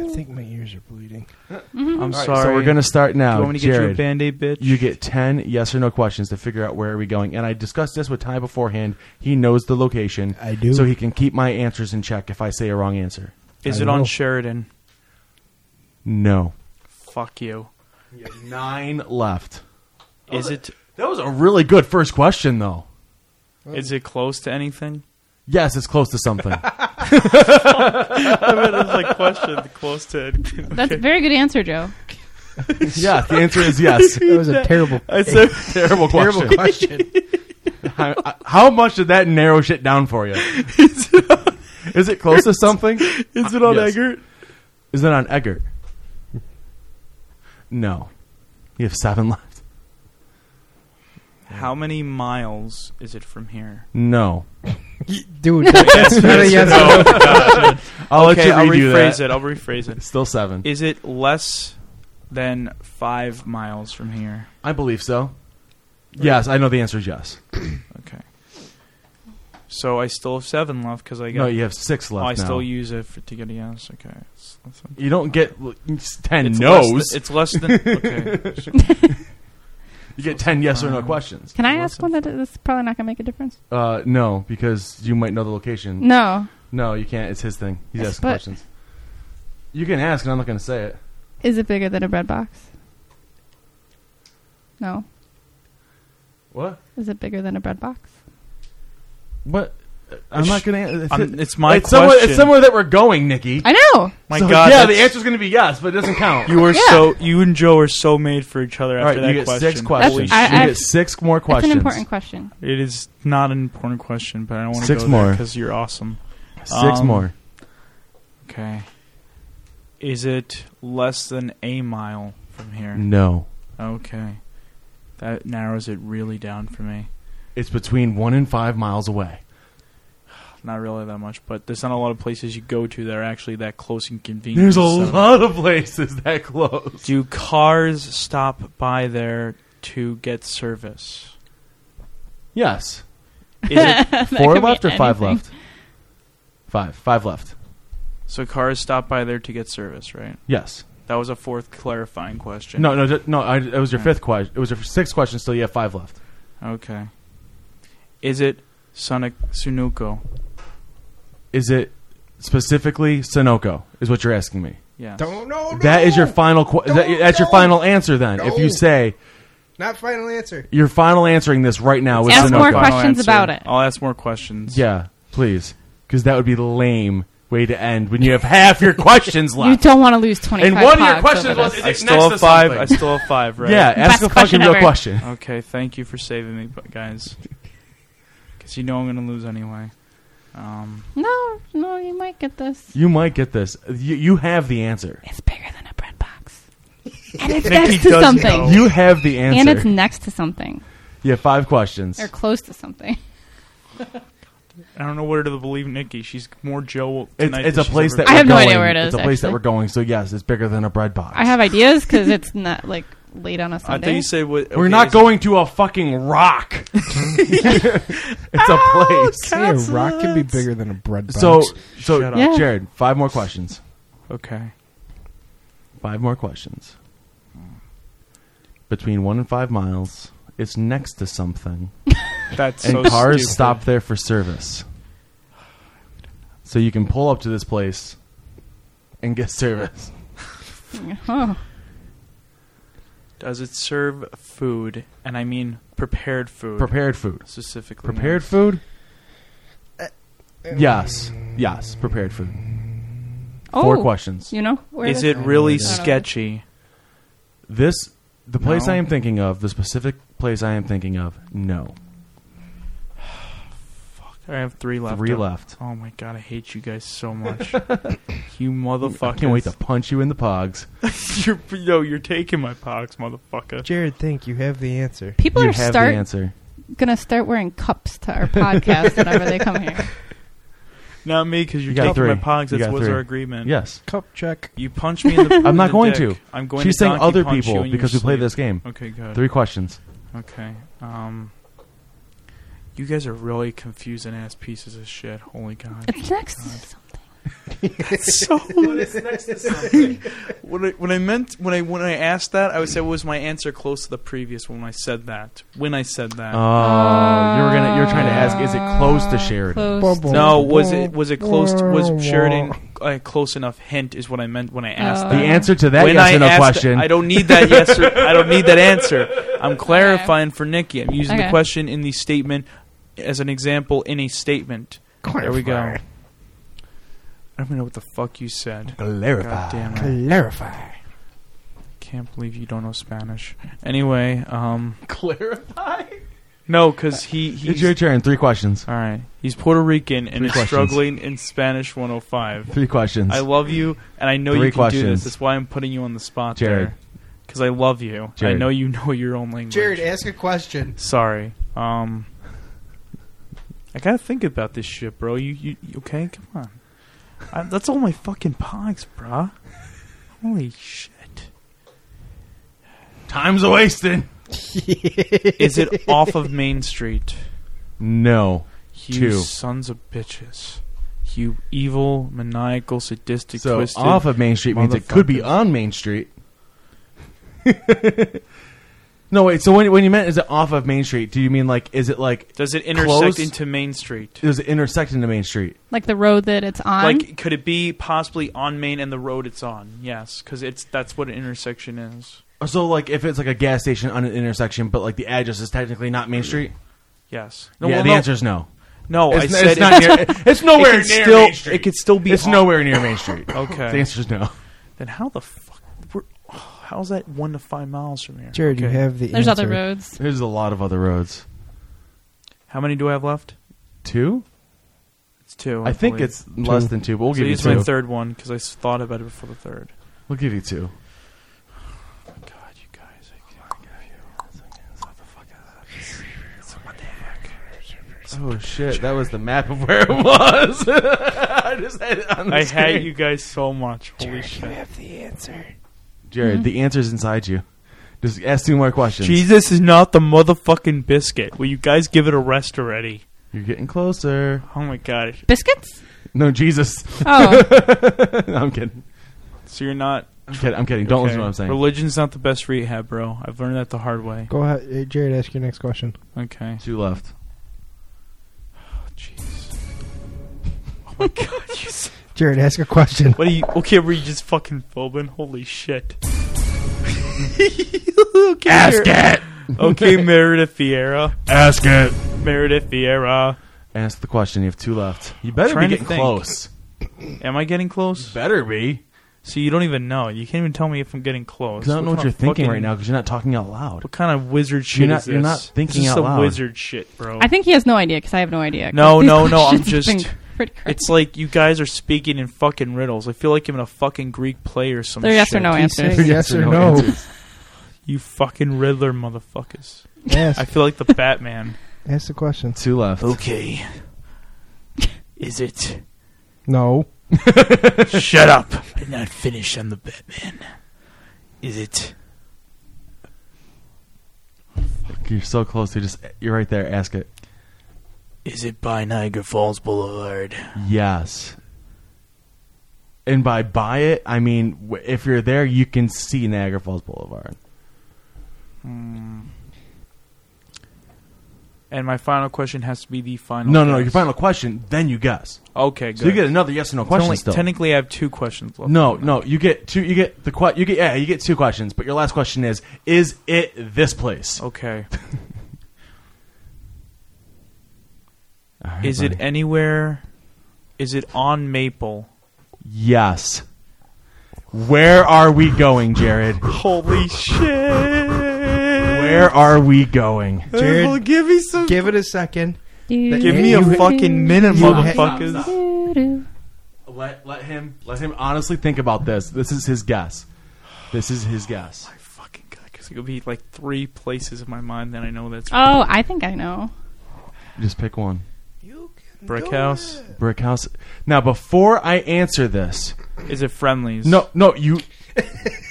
[SPEAKER 4] I think my ears are bleeding.
[SPEAKER 2] Mm-hmm.
[SPEAKER 3] I'm sorry.
[SPEAKER 1] So we're going to start
[SPEAKER 3] Do
[SPEAKER 1] now.
[SPEAKER 3] you want me to
[SPEAKER 1] Jared,
[SPEAKER 3] get Oh, you a band aid, bitch?
[SPEAKER 1] you get 10 yes or no questions to figure out where are we going. And I discussed this with Ty beforehand. He knows the location.
[SPEAKER 4] I do.
[SPEAKER 1] So he can keep my answers in check if I say a wrong answer.
[SPEAKER 3] Is
[SPEAKER 4] I
[SPEAKER 3] it on
[SPEAKER 4] will.
[SPEAKER 3] Sheridan?
[SPEAKER 1] No.
[SPEAKER 3] Fuck you.
[SPEAKER 1] You have nine left.
[SPEAKER 3] Is it?
[SPEAKER 1] That was a really good first question, though.
[SPEAKER 3] Is it close to anything?
[SPEAKER 1] Yes, it's close to something.
[SPEAKER 3] I mean, it's like question close to.
[SPEAKER 2] That's a very good answer, Joe.
[SPEAKER 1] yes, the answer is yes.
[SPEAKER 4] That was a terrible,
[SPEAKER 3] I said,
[SPEAKER 1] Terrible question.
[SPEAKER 4] terrible question.
[SPEAKER 1] how, I- how much did that narrow shit down for you? Is it close to something?
[SPEAKER 3] is it on
[SPEAKER 1] Yes.
[SPEAKER 3] Eggert?
[SPEAKER 1] Is it on Eggert? No. You have seven left.
[SPEAKER 3] How many miles is it from here?
[SPEAKER 1] No.
[SPEAKER 4] Dude, that's not a yes or no.
[SPEAKER 1] I'll let
[SPEAKER 3] Oh, okay,
[SPEAKER 1] you
[SPEAKER 3] I'll
[SPEAKER 1] redo
[SPEAKER 3] rephrase
[SPEAKER 1] that.
[SPEAKER 3] it. I'll rephrase it.
[SPEAKER 1] Still seven.
[SPEAKER 3] Is it less than five miles from here?
[SPEAKER 1] I believe so. Yes, I know the answer is yes.
[SPEAKER 3] Okay. So I still have seven left because I got.
[SPEAKER 1] No, you have six
[SPEAKER 3] oh,
[SPEAKER 1] left
[SPEAKER 3] I
[SPEAKER 1] now.
[SPEAKER 3] still use it for, to get a yes. Okay. It's, it's,
[SPEAKER 1] you don't get l- ten
[SPEAKER 3] it's
[SPEAKER 1] no's.
[SPEAKER 3] Less than, it's less than. Okay.
[SPEAKER 1] you get ten yes or no
[SPEAKER 3] Um,
[SPEAKER 1] questions.
[SPEAKER 2] Can I
[SPEAKER 3] Well,
[SPEAKER 2] ask
[SPEAKER 3] that's
[SPEAKER 2] one that is probably not going to make a difference?
[SPEAKER 1] Uh, no, because you might know the
[SPEAKER 3] Mm.
[SPEAKER 1] location.
[SPEAKER 2] No.
[SPEAKER 1] No, you can't. It's his thing. He's
[SPEAKER 2] Yes,
[SPEAKER 1] asking
[SPEAKER 2] but-
[SPEAKER 1] questions. You can ask, and I'm not going to say it.
[SPEAKER 2] Is it bigger than a bread box? No.
[SPEAKER 1] What?
[SPEAKER 2] Is it bigger than a bread box?
[SPEAKER 1] What? uh, I'm not going
[SPEAKER 3] I'm-
[SPEAKER 1] to.
[SPEAKER 3] it's my
[SPEAKER 1] it's
[SPEAKER 3] question.
[SPEAKER 1] somewhere, it's somewhere that we're going, Nikki.
[SPEAKER 2] I know.
[SPEAKER 3] My
[SPEAKER 1] So,
[SPEAKER 3] God.
[SPEAKER 1] Yeah,
[SPEAKER 3] that's-
[SPEAKER 1] the answer's going to be yes, but it doesn't count.
[SPEAKER 3] You were
[SPEAKER 2] Yeah.
[SPEAKER 3] so. You and Joe are so made for each other
[SPEAKER 1] All
[SPEAKER 3] after
[SPEAKER 1] right,
[SPEAKER 3] that
[SPEAKER 1] you get
[SPEAKER 3] question.
[SPEAKER 1] six questions.
[SPEAKER 2] That's- I-
[SPEAKER 1] you
[SPEAKER 2] I-
[SPEAKER 1] get six more
[SPEAKER 2] That's
[SPEAKER 1] questions.
[SPEAKER 2] an important question.
[SPEAKER 3] It is not an important question, but I don't want to
[SPEAKER 1] Six
[SPEAKER 3] go there
[SPEAKER 1] more.
[SPEAKER 3] because you're awesome.
[SPEAKER 1] Six
[SPEAKER 3] Um,
[SPEAKER 1] more.
[SPEAKER 3] Okay. Is it less than a mile from here?
[SPEAKER 1] No,
[SPEAKER 3] Okay. That narrows it really down for me.
[SPEAKER 1] it's between one and five miles away.
[SPEAKER 3] Not really that much, but there's not a lot of places you go to that are actually that close and convenient.
[SPEAKER 1] There's a
[SPEAKER 3] so-
[SPEAKER 1] lot of places that close.
[SPEAKER 3] Do cars stop by there to get service?
[SPEAKER 1] Yes,
[SPEAKER 3] Is it,
[SPEAKER 1] four
[SPEAKER 2] could be
[SPEAKER 1] left or five
[SPEAKER 2] anything.
[SPEAKER 1] left? Five, five left.
[SPEAKER 3] so cars stop by there to get service, right?
[SPEAKER 1] Yes.
[SPEAKER 3] That was a fourth clarifying question.
[SPEAKER 1] No, no, ju- no. I, it was your
[SPEAKER 3] All right.
[SPEAKER 1] fifth question. It was your sixth question. Still, you have five left.
[SPEAKER 3] Okay. Is it Sonic Sunuko?
[SPEAKER 1] Is it specifically Sunoco? Is what you're asking me?
[SPEAKER 3] Yes.
[SPEAKER 4] Don't know.
[SPEAKER 1] That is your final. Qu-
[SPEAKER 4] No,
[SPEAKER 1] that, that's your
[SPEAKER 4] no.
[SPEAKER 1] final answer. Then, if you
[SPEAKER 4] No.
[SPEAKER 1] say
[SPEAKER 4] Not final answer.
[SPEAKER 1] you're final answering this right now with
[SPEAKER 2] Ask
[SPEAKER 1] Sunoco,
[SPEAKER 2] more
[SPEAKER 3] Final
[SPEAKER 2] questions about it.
[SPEAKER 3] I'll ask more questions.
[SPEAKER 1] yeah, please, because that would be lame way to end when you have half your questions
[SPEAKER 2] You
[SPEAKER 1] left.
[SPEAKER 2] don't want to lose twenty.
[SPEAKER 1] And one of your questions was, is
[SPEAKER 3] I
[SPEAKER 1] it
[SPEAKER 3] still
[SPEAKER 1] next to
[SPEAKER 3] have five. I
[SPEAKER 1] something?
[SPEAKER 3] still have five, right?
[SPEAKER 1] Yeah, ask
[SPEAKER 2] Best
[SPEAKER 1] a fucking
[SPEAKER 2] question
[SPEAKER 1] real
[SPEAKER 2] ever.
[SPEAKER 1] question.
[SPEAKER 3] Okay, thank you for saving me, bu- guys. Because you know I'm going to lose anyway. Um,
[SPEAKER 2] No, no, you might get this.
[SPEAKER 1] You might get this. You, you have the answer.
[SPEAKER 2] It's bigger than a bread box, and it's
[SPEAKER 3] Nikki
[SPEAKER 2] next to
[SPEAKER 3] does
[SPEAKER 2] something,
[SPEAKER 3] know.
[SPEAKER 1] You have the answer.
[SPEAKER 2] Oh. and it's next to something
[SPEAKER 1] you have five questions.
[SPEAKER 2] or close to something.
[SPEAKER 3] I don't know where to believe Nikki. She's more Joe
[SPEAKER 1] It's,
[SPEAKER 3] tonight
[SPEAKER 1] it's
[SPEAKER 3] than
[SPEAKER 1] a
[SPEAKER 3] she's
[SPEAKER 1] place
[SPEAKER 3] ever
[SPEAKER 1] that
[SPEAKER 2] I
[SPEAKER 1] we're
[SPEAKER 2] have no
[SPEAKER 1] going.
[SPEAKER 2] idea where it is,
[SPEAKER 1] It's a place that
[SPEAKER 2] actually.
[SPEAKER 1] we're going. So yes, it's bigger than a bread box.
[SPEAKER 2] I have ideas because it's not like late on a
[SPEAKER 3] I
[SPEAKER 2] Sunday.
[SPEAKER 3] thought you said what,
[SPEAKER 1] we're
[SPEAKER 3] okay,
[SPEAKER 1] not
[SPEAKER 3] is-
[SPEAKER 1] going to a fucking rock. it's a place.
[SPEAKER 4] See, a rock can be bigger than a bread box.
[SPEAKER 1] So so
[SPEAKER 3] Shut
[SPEAKER 2] up. Yeah.
[SPEAKER 1] Jared, five more questions.
[SPEAKER 3] Okay.
[SPEAKER 1] Five more questions. Between one and five miles, it's next to something,
[SPEAKER 3] That's
[SPEAKER 1] and
[SPEAKER 3] so
[SPEAKER 1] cars
[SPEAKER 3] stupid.
[SPEAKER 1] stop there for service. So you can pull up to this place and get service.
[SPEAKER 2] Oh,
[SPEAKER 3] Does it serve food? And I mean prepared food.
[SPEAKER 1] Prepared food.
[SPEAKER 3] Specifically.
[SPEAKER 1] Prepared food? Yes. Yes, prepared food. Four
[SPEAKER 2] Oh,
[SPEAKER 1] questions.
[SPEAKER 2] You know where
[SPEAKER 3] Is
[SPEAKER 2] to-
[SPEAKER 3] it really
[SPEAKER 4] Yeah.
[SPEAKER 3] sketchy?
[SPEAKER 1] This the place
[SPEAKER 3] No.
[SPEAKER 1] I am thinking of, the specific place I am thinking of, no.
[SPEAKER 3] I have three left.
[SPEAKER 1] Three left.
[SPEAKER 3] Oh my god, I hate you guys so much. you
[SPEAKER 1] I
[SPEAKER 3] motherfuckers.
[SPEAKER 1] can't wait to punch you in the pogs.
[SPEAKER 3] you're, yo, you're taking my pox, motherfucker.
[SPEAKER 4] Jared, think you have the answer.
[SPEAKER 2] People
[SPEAKER 1] you
[SPEAKER 2] are
[SPEAKER 1] have the
[SPEAKER 2] start
[SPEAKER 1] answer.
[SPEAKER 2] gonna start wearing cups to our podcast whenever they come here.
[SPEAKER 3] Not me, because you're
[SPEAKER 1] You got
[SPEAKER 3] taking
[SPEAKER 1] three.
[SPEAKER 3] my pogs.
[SPEAKER 1] You
[SPEAKER 3] That's
[SPEAKER 1] got
[SPEAKER 3] was
[SPEAKER 1] three.
[SPEAKER 3] our agreement.
[SPEAKER 1] Yes.
[SPEAKER 4] Cup check.
[SPEAKER 3] You punch me in the.
[SPEAKER 1] I'm not
[SPEAKER 3] the
[SPEAKER 1] going
[SPEAKER 3] dick.
[SPEAKER 1] to.
[SPEAKER 3] I'm going.
[SPEAKER 1] She's
[SPEAKER 3] to
[SPEAKER 1] saying
[SPEAKER 3] donkey
[SPEAKER 1] other
[SPEAKER 3] punch you
[SPEAKER 1] people
[SPEAKER 3] in your
[SPEAKER 1] because we play
[SPEAKER 3] sleep.
[SPEAKER 1] this game.
[SPEAKER 3] Okay, good.
[SPEAKER 1] Three questions.
[SPEAKER 3] Okay. Um. You guys are really confusing ass pieces of shit. Holy god.
[SPEAKER 2] It's next to something.
[SPEAKER 3] so when it's next to something. When I, when I meant when I when I asked that, I would say was my answer close to the previous one when I said that. When I said that.
[SPEAKER 1] Oh, you were gonna you were trying to ask is it close to Sheridan?
[SPEAKER 2] Uh, Close
[SPEAKER 4] Bum,
[SPEAKER 2] to-
[SPEAKER 4] bum.
[SPEAKER 3] no, was it was it close? To, was Sheridan a close enough hint? Is what I meant when I asked
[SPEAKER 2] Oh.
[SPEAKER 1] Uh, The
[SPEAKER 3] that.
[SPEAKER 1] answer to that
[SPEAKER 3] when
[SPEAKER 1] yes
[SPEAKER 3] I
[SPEAKER 1] or no
[SPEAKER 3] asked-
[SPEAKER 1] question.
[SPEAKER 3] I don't need that yes or I don't need that answer. I'm clarifying for Nikki. I'm using the
[SPEAKER 2] Okay.
[SPEAKER 3] question in the statement as an example in a statement. There we go. I don't even know what the fuck you said. God
[SPEAKER 1] clarify.
[SPEAKER 3] damn it.
[SPEAKER 4] Clarify.
[SPEAKER 3] Can't believe you don't know Spanish. Anyway, um
[SPEAKER 1] Clarify.
[SPEAKER 3] no, cuz he
[SPEAKER 1] It's
[SPEAKER 3] he's
[SPEAKER 1] your turn. Three questions.
[SPEAKER 3] All right. He's Puerto Rican and
[SPEAKER 1] Three
[SPEAKER 3] is
[SPEAKER 1] questions.
[SPEAKER 3] struggling in Spanish 105.
[SPEAKER 1] Three questions.
[SPEAKER 3] I love you and I know
[SPEAKER 1] Three
[SPEAKER 3] you can do
[SPEAKER 1] questions.
[SPEAKER 3] this. That's why I'm putting you on the spot
[SPEAKER 1] Jared.
[SPEAKER 3] there. Cuz I love you. I
[SPEAKER 1] Jared.
[SPEAKER 3] know you know your own language.
[SPEAKER 4] ask a question.
[SPEAKER 3] Sorry. Um, I gotta think about this shit, bro. You, you, you okay? Come on. I, that's all my fucking pogs, bruh. Holy shit!
[SPEAKER 1] Time's a wasted.
[SPEAKER 3] Is it off of Main Street?
[SPEAKER 1] No.
[SPEAKER 3] You
[SPEAKER 1] Two.
[SPEAKER 3] sons of bitches! You evil, maniacal, sadistic,
[SPEAKER 1] So
[SPEAKER 3] twisted.
[SPEAKER 1] off of Main Street means it could be
[SPEAKER 3] motherfuckers.
[SPEAKER 1] on Main Street. no wait. So when when you meant is it off of Main Street? Do you mean like is it like
[SPEAKER 3] Does it intersect
[SPEAKER 1] Close?
[SPEAKER 3] into Main Street?
[SPEAKER 1] does it intersect into Main Street?
[SPEAKER 2] Like the road that it's on.
[SPEAKER 3] Like, could it be possibly on Main and the road it's on? Yes, because it's that's what an intersection is.
[SPEAKER 1] So like if it's like a gas station on an intersection, but like the address is technically not Main Street.
[SPEAKER 3] Yes.
[SPEAKER 1] yeah,
[SPEAKER 3] well,
[SPEAKER 1] the answer is no.
[SPEAKER 3] No,
[SPEAKER 1] It's,
[SPEAKER 3] Oh, I
[SPEAKER 1] n-
[SPEAKER 3] said
[SPEAKER 1] it's not near. It's nowhere
[SPEAKER 3] could
[SPEAKER 1] near
[SPEAKER 3] still-
[SPEAKER 1] Main Street.
[SPEAKER 3] it could still be
[SPEAKER 1] It's
[SPEAKER 3] on-
[SPEAKER 1] nowhere near Main Street.
[SPEAKER 3] Okay.
[SPEAKER 1] The answer is no.
[SPEAKER 3] Then how the fuck? We're, oh, how's that one to five miles from here?
[SPEAKER 4] Jared, you
[SPEAKER 3] Okay.
[SPEAKER 4] have the
[SPEAKER 2] There's
[SPEAKER 4] answer.
[SPEAKER 2] other roads.
[SPEAKER 1] There's a lot of other roads.
[SPEAKER 3] How many do I have left?
[SPEAKER 1] Two?
[SPEAKER 3] It's two.
[SPEAKER 1] I think
[SPEAKER 3] believe.
[SPEAKER 1] it's less
[SPEAKER 4] Two.
[SPEAKER 1] than two, but we'll
[SPEAKER 3] so
[SPEAKER 1] give you
[SPEAKER 3] use
[SPEAKER 1] two.
[SPEAKER 3] my third one because I s- thought about it before the third.
[SPEAKER 1] We'll give you two.
[SPEAKER 3] God, you guys, I can't forgive you. What the fuck is that? It's- what the heck?
[SPEAKER 1] Oh shit! That was the map of where it was. I just had it on the
[SPEAKER 3] I
[SPEAKER 1] screen.
[SPEAKER 3] hate you guys so much. Holy shit!
[SPEAKER 4] have the answer.
[SPEAKER 1] Jared. The answer's inside you. Just ask two more questions.
[SPEAKER 3] Jesus is not the motherfucking biscuit. Will you guys give it a rest already?
[SPEAKER 1] You're getting closer.
[SPEAKER 3] Oh my god! Oh.
[SPEAKER 2] Biscuits?
[SPEAKER 1] No, Jesus.
[SPEAKER 2] Oh,
[SPEAKER 1] I'm kidding.
[SPEAKER 3] So you're not.
[SPEAKER 1] I'm kidding. I'm kidding. Don't
[SPEAKER 3] okay.
[SPEAKER 1] listen to what I'm saying.
[SPEAKER 3] Religion's not the best rehab, bro. I've learned that the hard way.
[SPEAKER 4] Go ahead, uh, Jared. Ask your next question.
[SPEAKER 3] Okay.
[SPEAKER 1] Two left.
[SPEAKER 3] Jeez. Oh my god, you s-
[SPEAKER 4] Jared, ask a question.
[SPEAKER 3] What are you okay, were you just fucking phobing? Holy shit. okay, Mer-
[SPEAKER 1] it.
[SPEAKER 3] Okay, Meredith Vieira.
[SPEAKER 1] Ask it.
[SPEAKER 3] Meredith Vieira.
[SPEAKER 1] Ask the question. You have two left. You better be
[SPEAKER 3] trying to
[SPEAKER 1] getting
[SPEAKER 3] think.
[SPEAKER 1] close.
[SPEAKER 3] Am I getting close?
[SPEAKER 1] Better be.
[SPEAKER 3] See, you don't even know. You can't even tell me if I'm getting close.
[SPEAKER 1] Because I don't know what
[SPEAKER 3] kind
[SPEAKER 1] you're
[SPEAKER 3] of
[SPEAKER 1] thinking
[SPEAKER 3] fucking-
[SPEAKER 1] right now because you're not talking out loud.
[SPEAKER 3] What kind of wizard shit
[SPEAKER 1] You're not-
[SPEAKER 3] is this?
[SPEAKER 1] you're not thinking
[SPEAKER 3] this is
[SPEAKER 1] out
[SPEAKER 3] some
[SPEAKER 1] loud.
[SPEAKER 3] wizard shit, bro.
[SPEAKER 2] I think he has no idea because I have no idea. 'cause
[SPEAKER 3] No,
[SPEAKER 2] these
[SPEAKER 3] no, no, I'm
[SPEAKER 2] questions have been
[SPEAKER 3] just-
[SPEAKER 2] pretty crazy.
[SPEAKER 3] it's like you guys are speaking in fucking riddles. I feel like I'm in a fucking Greek play or some
[SPEAKER 2] They're
[SPEAKER 3] shit.
[SPEAKER 2] yes or no answers.
[SPEAKER 4] Yes, or no?
[SPEAKER 1] answers.
[SPEAKER 3] You fucking Riddler motherfuckers. I
[SPEAKER 4] ask,
[SPEAKER 3] feel like the Batman.
[SPEAKER 4] ask the question.
[SPEAKER 1] Two left.
[SPEAKER 3] Okay. Is it?
[SPEAKER 4] No.
[SPEAKER 3] Shut up. I'm not finished on the Batman. Is it?
[SPEAKER 1] You're so close. You just you're right there. Ask it.
[SPEAKER 3] Is it by Niagara Falls Boulevard?
[SPEAKER 1] Yes. And by buy it, I mean w- if you're there, you can see Niagara Falls Boulevard.
[SPEAKER 3] Mm. And my final question has to be the final.
[SPEAKER 1] No, no, no.
[SPEAKER 3] guess.
[SPEAKER 1] Your final question, then you guess.
[SPEAKER 3] Okay, good.
[SPEAKER 1] So you get another yes or no
[SPEAKER 3] It's
[SPEAKER 1] question
[SPEAKER 3] only-
[SPEAKER 1] still.
[SPEAKER 3] Technically, I have two questions left.
[SPEAKER 1] no, no. You get two. You get the que- You get yeah. You get two questions, but your last question is: Is it this place?
[SPEAKER 3] Okay.
[SPEAKER 1] All right,
[SPEAKER 3] Oh, Is it
[SPEAKER 1] buddy.
[SPEAKER 3] anywhere? Is it on Maple?
[SPEAKER 1] Yes. Where are we going, Jared?
[SPEAKER 3] Holy shit!
[SPEAKER 1] Where are we going?
[SPEAKER 4] Jared,
[SPEAKER 3] give me some.
[SPEAKER 4] give it a second.
[SPEAKER 3] Give me a
[SPEAKER 4] You-
[SPEAKER 3] fucking minute,
[SPEAKER 4] you ha-
[SPEAKER 3] motherfuckers.
[SPEAKER 1] Let let him let him honestly think about this. This is his guess. This is his guess.
[SPEAKER 3] My fucking god, because it could be like three places in my mind that I know that's
[SPEAKER 2] Oh, I think I know.
[SPEAKER 1] Just pick one.
[SPEAKER 3] brick house.
[SPEAKER 1] Brick house. Now, before I answer this,
[SPEAKER 3] Is it friendlies?
[SPEAKER 1] no, no, you,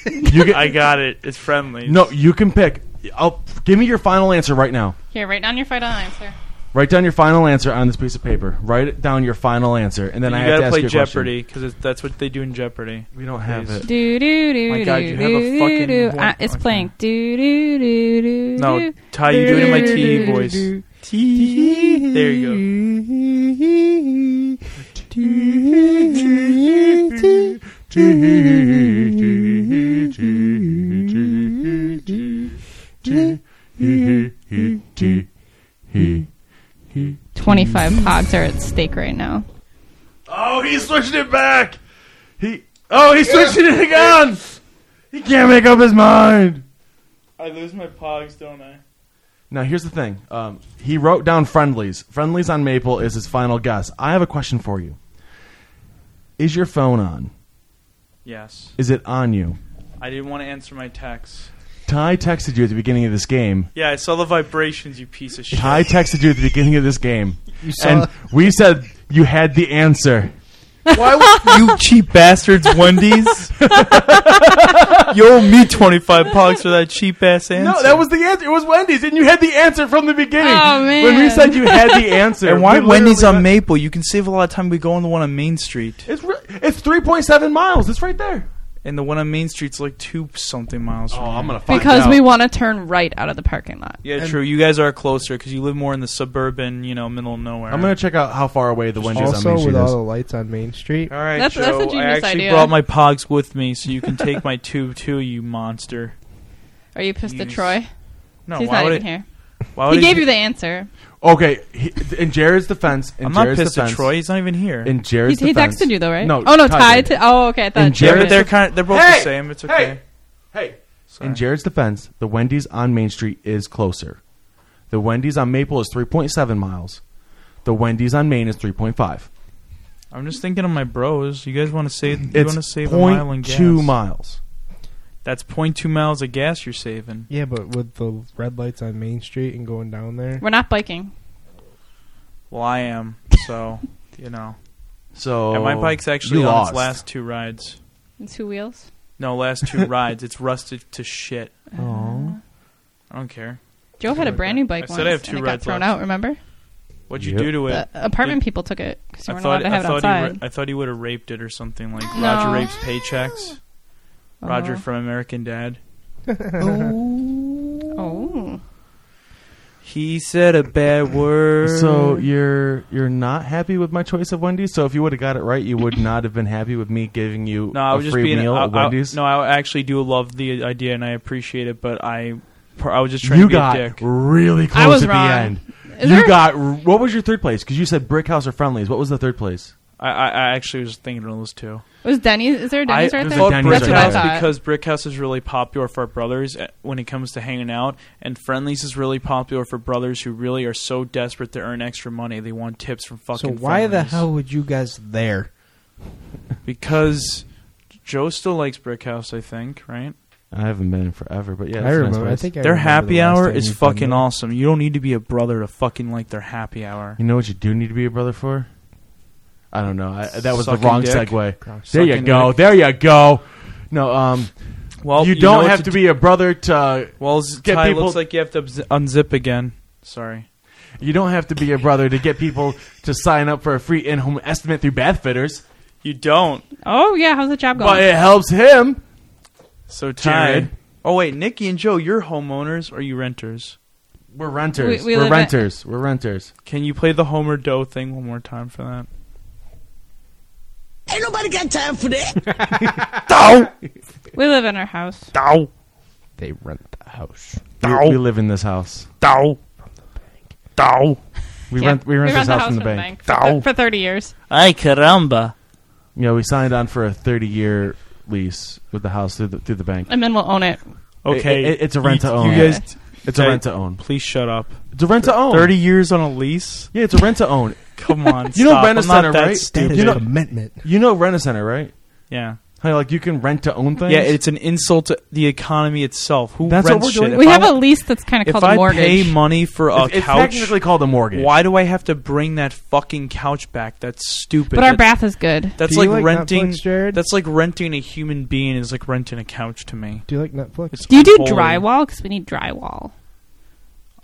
[SPEAKER 1] you get,
[SPEAKER 3] I got it. It's friendlies.
[SPEAKER 1] no, you can pick. I'll give me your final answer right now.
[SPEAKER 2] Here, write down your final answer.
[SPEAKER 1] Write down your final answer on this piece of paper. Write it down your final answer, and then
[SPEAKER 3] you
[SPEAKER 1] I have
[SPEAKER 3] gotta
[SPEAKER 1] to ask
[SPEAKER 3] play
[SPEAKER 1] you a
[SPEAKER 3] Jeopardy because that's what they do in Jeopardy.
[SPEAKER 1] Question. We don't have
[SPEAKER 3] Please.
[SPEAKER 1] it.
[SPEAKER 2] Do do do
[SPEAKER 3] My God, you
[SPEAKER 2] do
[SPEAKER 3] have a
[SPEAKER 2] do,
[SPEAKER 3] fucking
[SPEAKER 2] do.
[SPEAKER 3] one-
[SPEAKER 2] Uh, it's
[SPEAKER 3] okay.
[SPEAKER 2] playing. Do do do do.
[SPEAKER 3] No,
[SPEAKER 2] do.
[SPEAKER 3] Ty, you do it in my TE voice. TE. There you
[SPEAKER 2] Twenty-five pods are at stake right now.
[SPEAKER 1] Oh, he's switching it back. He oh, he's switching it again. He can't make up his mind.
[SPEAKER 3] go. I lose my pogs, don't I?
[SPEAKER 1] Now here's the thing. Um, he wrote down friendlies. Friendlies on Maple is his final guess. I have a question for you. Is your phone on?
[SPEAKER 3] Yes.
[SPEAKER 1] Is it on you?
[SPEAKER 3] I didn't want to answer my text.
[SPEAKER 1] Ty texted you at the beginning of this game.
[SPEAKER 3] Yeah, I saw the vibrations, you piece of shit.
[SPEAKER 1] Ty texted you at the beginning of this game,
[SPEAKER 4] You saw
[SPEAKER 1] and we said you had the answer.
[SPEAKER 3] Why would you cheap bastards, Wendy's? you owe me 25 pogs for that cheap ass answer.
[SPEAKER 1] No, that was the answer. It was Wendy's, and you had the answer from the beginning.
[SPEAKER 2] Oh, man.
[SPEAKER 1] When we said you had the answer,
[SPEAKER 3] And why
[SPEAKER 1] we
[SPEAKER 3] Wendy's
[SPEAKER 1] literally-
[SPEAKER 3] on Maple? You can save a lot of time by going to the one on Main Street.
[SPEAKER 1] It's re- it's three point seven miles. It's right there.
[SPEAKER 3] And the one on Main Street's like two something miles from here.
[SPEAKER 1] Oh, gonna find
[SPEAKER 2] Because we want to turn right out of the parking lot.
[SPEAKER 3] Yeah,
[SPEAKER 4] And-
[SPEAKER 3] true. You guys are closer because you live more in the suburban, you know, middle of nowhere.
[SPEAKER 1] I'm gonna check out how far away the Wendy's
[SPEAKER 4] Also,
[SPEAKER 1] on Main
[SPEAKER 4] with
[SPEAKER 1] Street
[SPEAKER 4] all
[SPEAKER 1] is.
[SPEAKER 4] the lights on Main Street.
[SPEAKER 3] All right,
[SPEAKER 2] That's- that's
[SPEAKER 3] Joe.
[SPEAKER 2] a
[SPEAKER 3] I
[SPEAKER 2] genius
[SPEAKER 3] actually
[SPEAKER 2] idea.
[SPEAKER 3] brought my pogs with me, so you can take my tube too, you monster.
[SPEAKER 2] Are you pissed at
[SPEAKER 3] Yes.
[SPEAKER 2] Troy?
[SPEAKER 3] No,
[SPEAKER 2] He's
[SPEAKER 3] why
[SPEAKER 2] not
[SPEAKER 3] would
[SPEAKER 2] even
[SPEAKER 3] I,
[SPEAKER 2] here.
[SPEAKER 3] Why
[SPEAKER 2] He
[SPEAKER 3] would I
[SPEAKER 2] gave
[SPEAKER 3] do-
[SPEAKER 2] you the answer.
[SPEAKER 1] Okay, he, in Jared's defense, in
[SPEAKER 3] I'm not
[SPEAKER 1] Jared's
[SPEAKER 3] pissed
[SPEAKER 1] defense,
[SPEAKER 3] at Troy. He's not even here.
[SPEAKER 1] In Jared's
[SPEAKER 2] He's, he
[SPEAKER 1] defense,
[SPEAKER 2] texted you though, right?
[SPEAKER 1] No.
[SPEAKER 2] Oh no,
[SPEAKER 1] Ty
[SPEAKER 2] Ty.
[SPEAKER 1] did.
[SPEAKER 2] t- oh, okay. I thought.
[SPEAKER 1] And
[SPEAKER 3] they're,
[SPEAKER 1] Jared-
[SPEAKER 3] they're kind. They're both
[SPEAKER 1] Hey!
[SPEAKER 3] the same. It's okay.
[SPEAKER 1] Hey, hey.
[SPEAKER 3] Sorry.
[SPEAKER 1] In Jared's defense, the Wendy's on Main Street is closer. The Wendy's on Maple is 3.7 miles. The Wendy's on Main is 3.5.
[SPEAKER 3] I'm just thinking of my bros. You guys want to save? You want to
[SPEAKER 1] It's
[SPEAKER 3] save a mile in gas?
[SPEAKER 1] 0.2 miles.
[SPEAKER 3] That's point two miles of gas you're saving.
[SPEAKER 4] Yeah, but with the red lights on Main Street and going down there.
[SPEAKER 2] We're not biking.
[SPEAKER 3] Well, I am. So you know,
[SPEAKER 1] So
[SPEAKER 3] and my bike's actually
[SPEAKER 1] Oh, you
[SPEAKER 3] on
[SPEAKER 1] lost.
[SPEAKER 3] its last two rides.
[SPEAKER 2] It's two wheels.
[SPEAKER 3] No, last two rides. It's rusted to shit.
[SPEAKER 1] Aw.
[SPEAKER 3] I don't care.
[SPEAKER 2] Joe had a brand new bike
[SPEAKER 3] I said
[SPEAKER 2] once,
[SPEAKER 3] I have two
[SPEAKER 2] and it got
[SPEAKER 3] rides
[SPEAKER 2] thrown
[SPEAKER 3] left.
[SPEAKER 2] out. Remember?
[SPEAKER 3] What'd you
[SPEAKER 1] Yep.
[SPEAKER 3] do to it?
[SPEAKER 2] The apartment
[SPEAKER 3] Did-
[SPEAKER 2] people took it because you
[SPEAKER 3] I
[SPEAKER 2] weren't allowed to
[SPEAKER 3] thought,
[SPEAKER 2] have it
[SPEAKER 3] I, thought
[SPEAKER 2] outside.
[SPEAKER 3] he ra- I thought he would have raped it or something like
[SPEAKER 2] No.
[SPEAKER 3] Roger rapes paychecks.
[SPEAKER 2] Oh.
[SPEAKER 3] uh, Roger from American Dad.
[SPEAKER 2] Oh,
[SPEAKER 3] He said a bad word.
[SPEAKER 1] So you're you're not happy with my choice of Wendy's. So if you would have got it right, you would not have been happy with me giving you
[SPEAKER 3] no, I
[SPEAKER 1] a
[SPEAKER 3] was just
[SPEAKER 1] free
[SPEAKER 3] being.
[SPEAKER 1] meal
[SPEAKER 3] I,
[SPEAKER 1] at
[SPEAKER 3] I-
[SPEAKER 1] Wendy's.
[SPEAKER 3] no, I actually do love the idea and I appreciate it, but I, I was just trying
[SPEAKER 1] you
[SPEAKER 3] to be
[SPEAKER 1] got
[SPEAKER 3] a dick.
[SPEAKER 1] really close
[SPEAKER 2] I was
[SPEAKER 1] at
[SPEAKER 2] wrong.
[SPEAKER 1] the end.
[SPEAKER 2] Is
[SPEAKER 1] you
[SPEAKER 2] there-
[SPEAKER 1] got what was your third place? Because you said Brick House or Friendlies. What was the third place?
[SPEAKER 3] I, I, I actually was thinking of those two.
[SPEAKER 2] Was Denny's? Is there a Denny's
[SPEAKER 3] I
[SPEAKER 2] right
[SPEAKER 1] there's
[SPEAKER 2] there?
[SPEAKER 1] a
[SPEAKER 3] thought
[SPEAKER 1] Denny's
[SPEAKER 3] Brick
[SPEAKER 1] right there.
[SPEAKER 3] House
[SPEAKER 1] That's what
[SPEAKER 2] I thought.
[SPEAKER 3] because Brick House is really popular for brothers uh, when it comes to hanging out, and Friendlies is really popular for brothers who really are so desperate to earn extra money they want tips from
[SPEAKER 4] So
[SPEAKER 3] fucking.
[SPEAKER 4] why the
[SPEAKER 3] Friendlies.
[SPEAKER 4] hell would you guys there?
[SPEAKER 3] Because Joe still likes Brick House, I think. Right?
[SPEAKER 1] I haven't been in forever, but yeah,
[SPEAKER 4] I remember. I think I
[SPEAKER 3] their
[SPEAKER 4] remember
[SPEAKER 3] happy
[SPEAKER 4] the last
[SPEAKER 3] hour
[SPEAKER 4] time
[SPEAKER 3] is
[SPEAKER 4] we've been
[SPEAKER 3] fucking
[SPEAKER 4] there.
[SPEAKER 3] awesome. You don't need to be a brother to fucking like their happy hour.
[SPEAKER 1] You know what you do need to be a brother for? I don't know. I, that was
[SPEAKER 3] Sucking
[SPEAKER 1] the wrong
[SPEAKER 3] dick.
[SPEAKER 1] segue. There
[SPEAKER 3] Sucking
[SPEAKER 1] you go.
[SPEAKER 3] dick.
[SPEAKER 1] There you go. No, um,
[SPEAKER 3] Well,
[SPEAKER 1] you
[SPEAKER 3] know
[SPEAKER 1] don't
[SPEAKER 3] what
[SPEAKER 1] have to, be a brother to.
[SPEAKER 3] Well, z-
[SPEAKER 1] Get
[SPEAKER 3] Ty,
[SPEAKER 1] people-
[SPEAKER 3] looks like you have to z- unzip again. Sorry.
[SPEAKER 1] you don't have to be a brother to get people to sign up for a free in-home estimate through Bath Fitters,
[SPEAKER 3] You don't.
[SPEAKER 2] Oh yeah, how's the job going?
[SPEAKER 1] but it helps him.
[SPEAKER 3] So Ty.
[SPEAKER 1] Jared.
[SPEAKER 3] Oh wait, Nikki and Joe, you're homeowners or you renters?
[SPEAKER 1] We're renters.
[SPEAKER 2] We-
[SPEAKER 1] We,
[SPEAKER 2] we
[SPEAKER 1] are
[SPEAKER 2] live at-
[SPEAKER 1] renters. We're renters.
[SPEAKER 3] Can you play the Homer Doe thing one more time for that?
[SPEAKER 5] Ain't nobody got time for that.
[SPEAKER 2] we live in our house.
[SPEAKER 4] They rent the house.
[SPEAKER 1] We,
[SPEAKER 3] Ow.
[SPEAKER 1] we live in this house. We
[SPEAKER 2] Yeah,
[SPEAKER 1] rent. We rent this
[SPEAKER 2] the
[SPEAKER 1] house from the bank.
[SPEAKER 2] for, for thirty years.
[SPEAKER 3] Ay caramba.
[SPEAKER 1] Yeah, we signed on for a 30-year lease with the house through the through the bank.
[SPEAKER 2] And then we'll own it.
[SPEAKER 3] Okay,
[SPEAKER 1] It- it- it's a rent
[SPEAKER 3] you,
[SPEAKER 1] to own.
[SPEAKER 3] You guys,
[SPEAKER 1] It's a
[SPEAKER 3] Hey.
[SPEAKER 1] rent to own.
[SPEAKER 3] please shut up.
[SPEAKER 1] It's a rent to own.
[SPEAKER 3] Thirty years on a lease?
[SPEAKER 1] Yeah, it's a rent to own.
[SPEAKER 3] Come on,
[SPEAKER 1] You know
[SPEAKER 3] stop.
[SPEAKER 1] Bennett
[SPEAKER 3] I'm not
[SPEAKER 1] Center,
[SPEAKER 3] that
[SPEAKER 1] right?
[SPEAKER 4] That
[SPEAKER 3] Stupid.
[SPEAKER 4] is
[SPEAKER 1] You know-
[SPEAKER 4] commitment.
[SPEAKER 1] You know Rent a Center, right?
[SPEAKER 3] yeah,
[SPEAKER 1] How like you can rent to own things.
[SPEAKER 3] yeah. It's an insult to the economy itself. Who
[SPEAKER 1] That's what
[SPEAKER 3] rents
[SPEAKER 1] we're doing.
[SPEAKER 3] shit?
[SPEAKER 2] we
[SPEAKER 3] If I
[SPEAKER 2] have a
[SPEAKER 3] wa-
[SPEAKER 2] lease that's kind of
[SPEAKER 3] If
[SPEAKER 2] called
[SPEAKER 3] I
[SPEAKER 2] a mortgage.
[SPEAKER 3] pay money for a
[SPEAKER 1] It's- it's
[SPEAKER 3] couch,
[SPEAKER 1] technically called a mortgage.
[SPEAKER 3] why do I have to bring that fucking couch back? That's stupid.
[SPEAKER 2] but our
[SPEAKER 3] That-
[SPEAKER 2] bath is good.
[SPEAKER 3] That's
[SPEAKER 4] Do
[SPEAKER 3] like,
[SPEAKER 4] you like
[SPEAKER 3] renting.
[SPEAKER 4] Netflix, Jared?
[SPEAKER 3] That's like renting a human being is like renting a couch to me.
[SPEAKER 4] Do you like Netflix?
[SPEAKER 3] It's
[SPEAKER 2] Do you do
[SPEAKER 3] unholy.
[SPEAKER 2] drywall? Because we need drywall.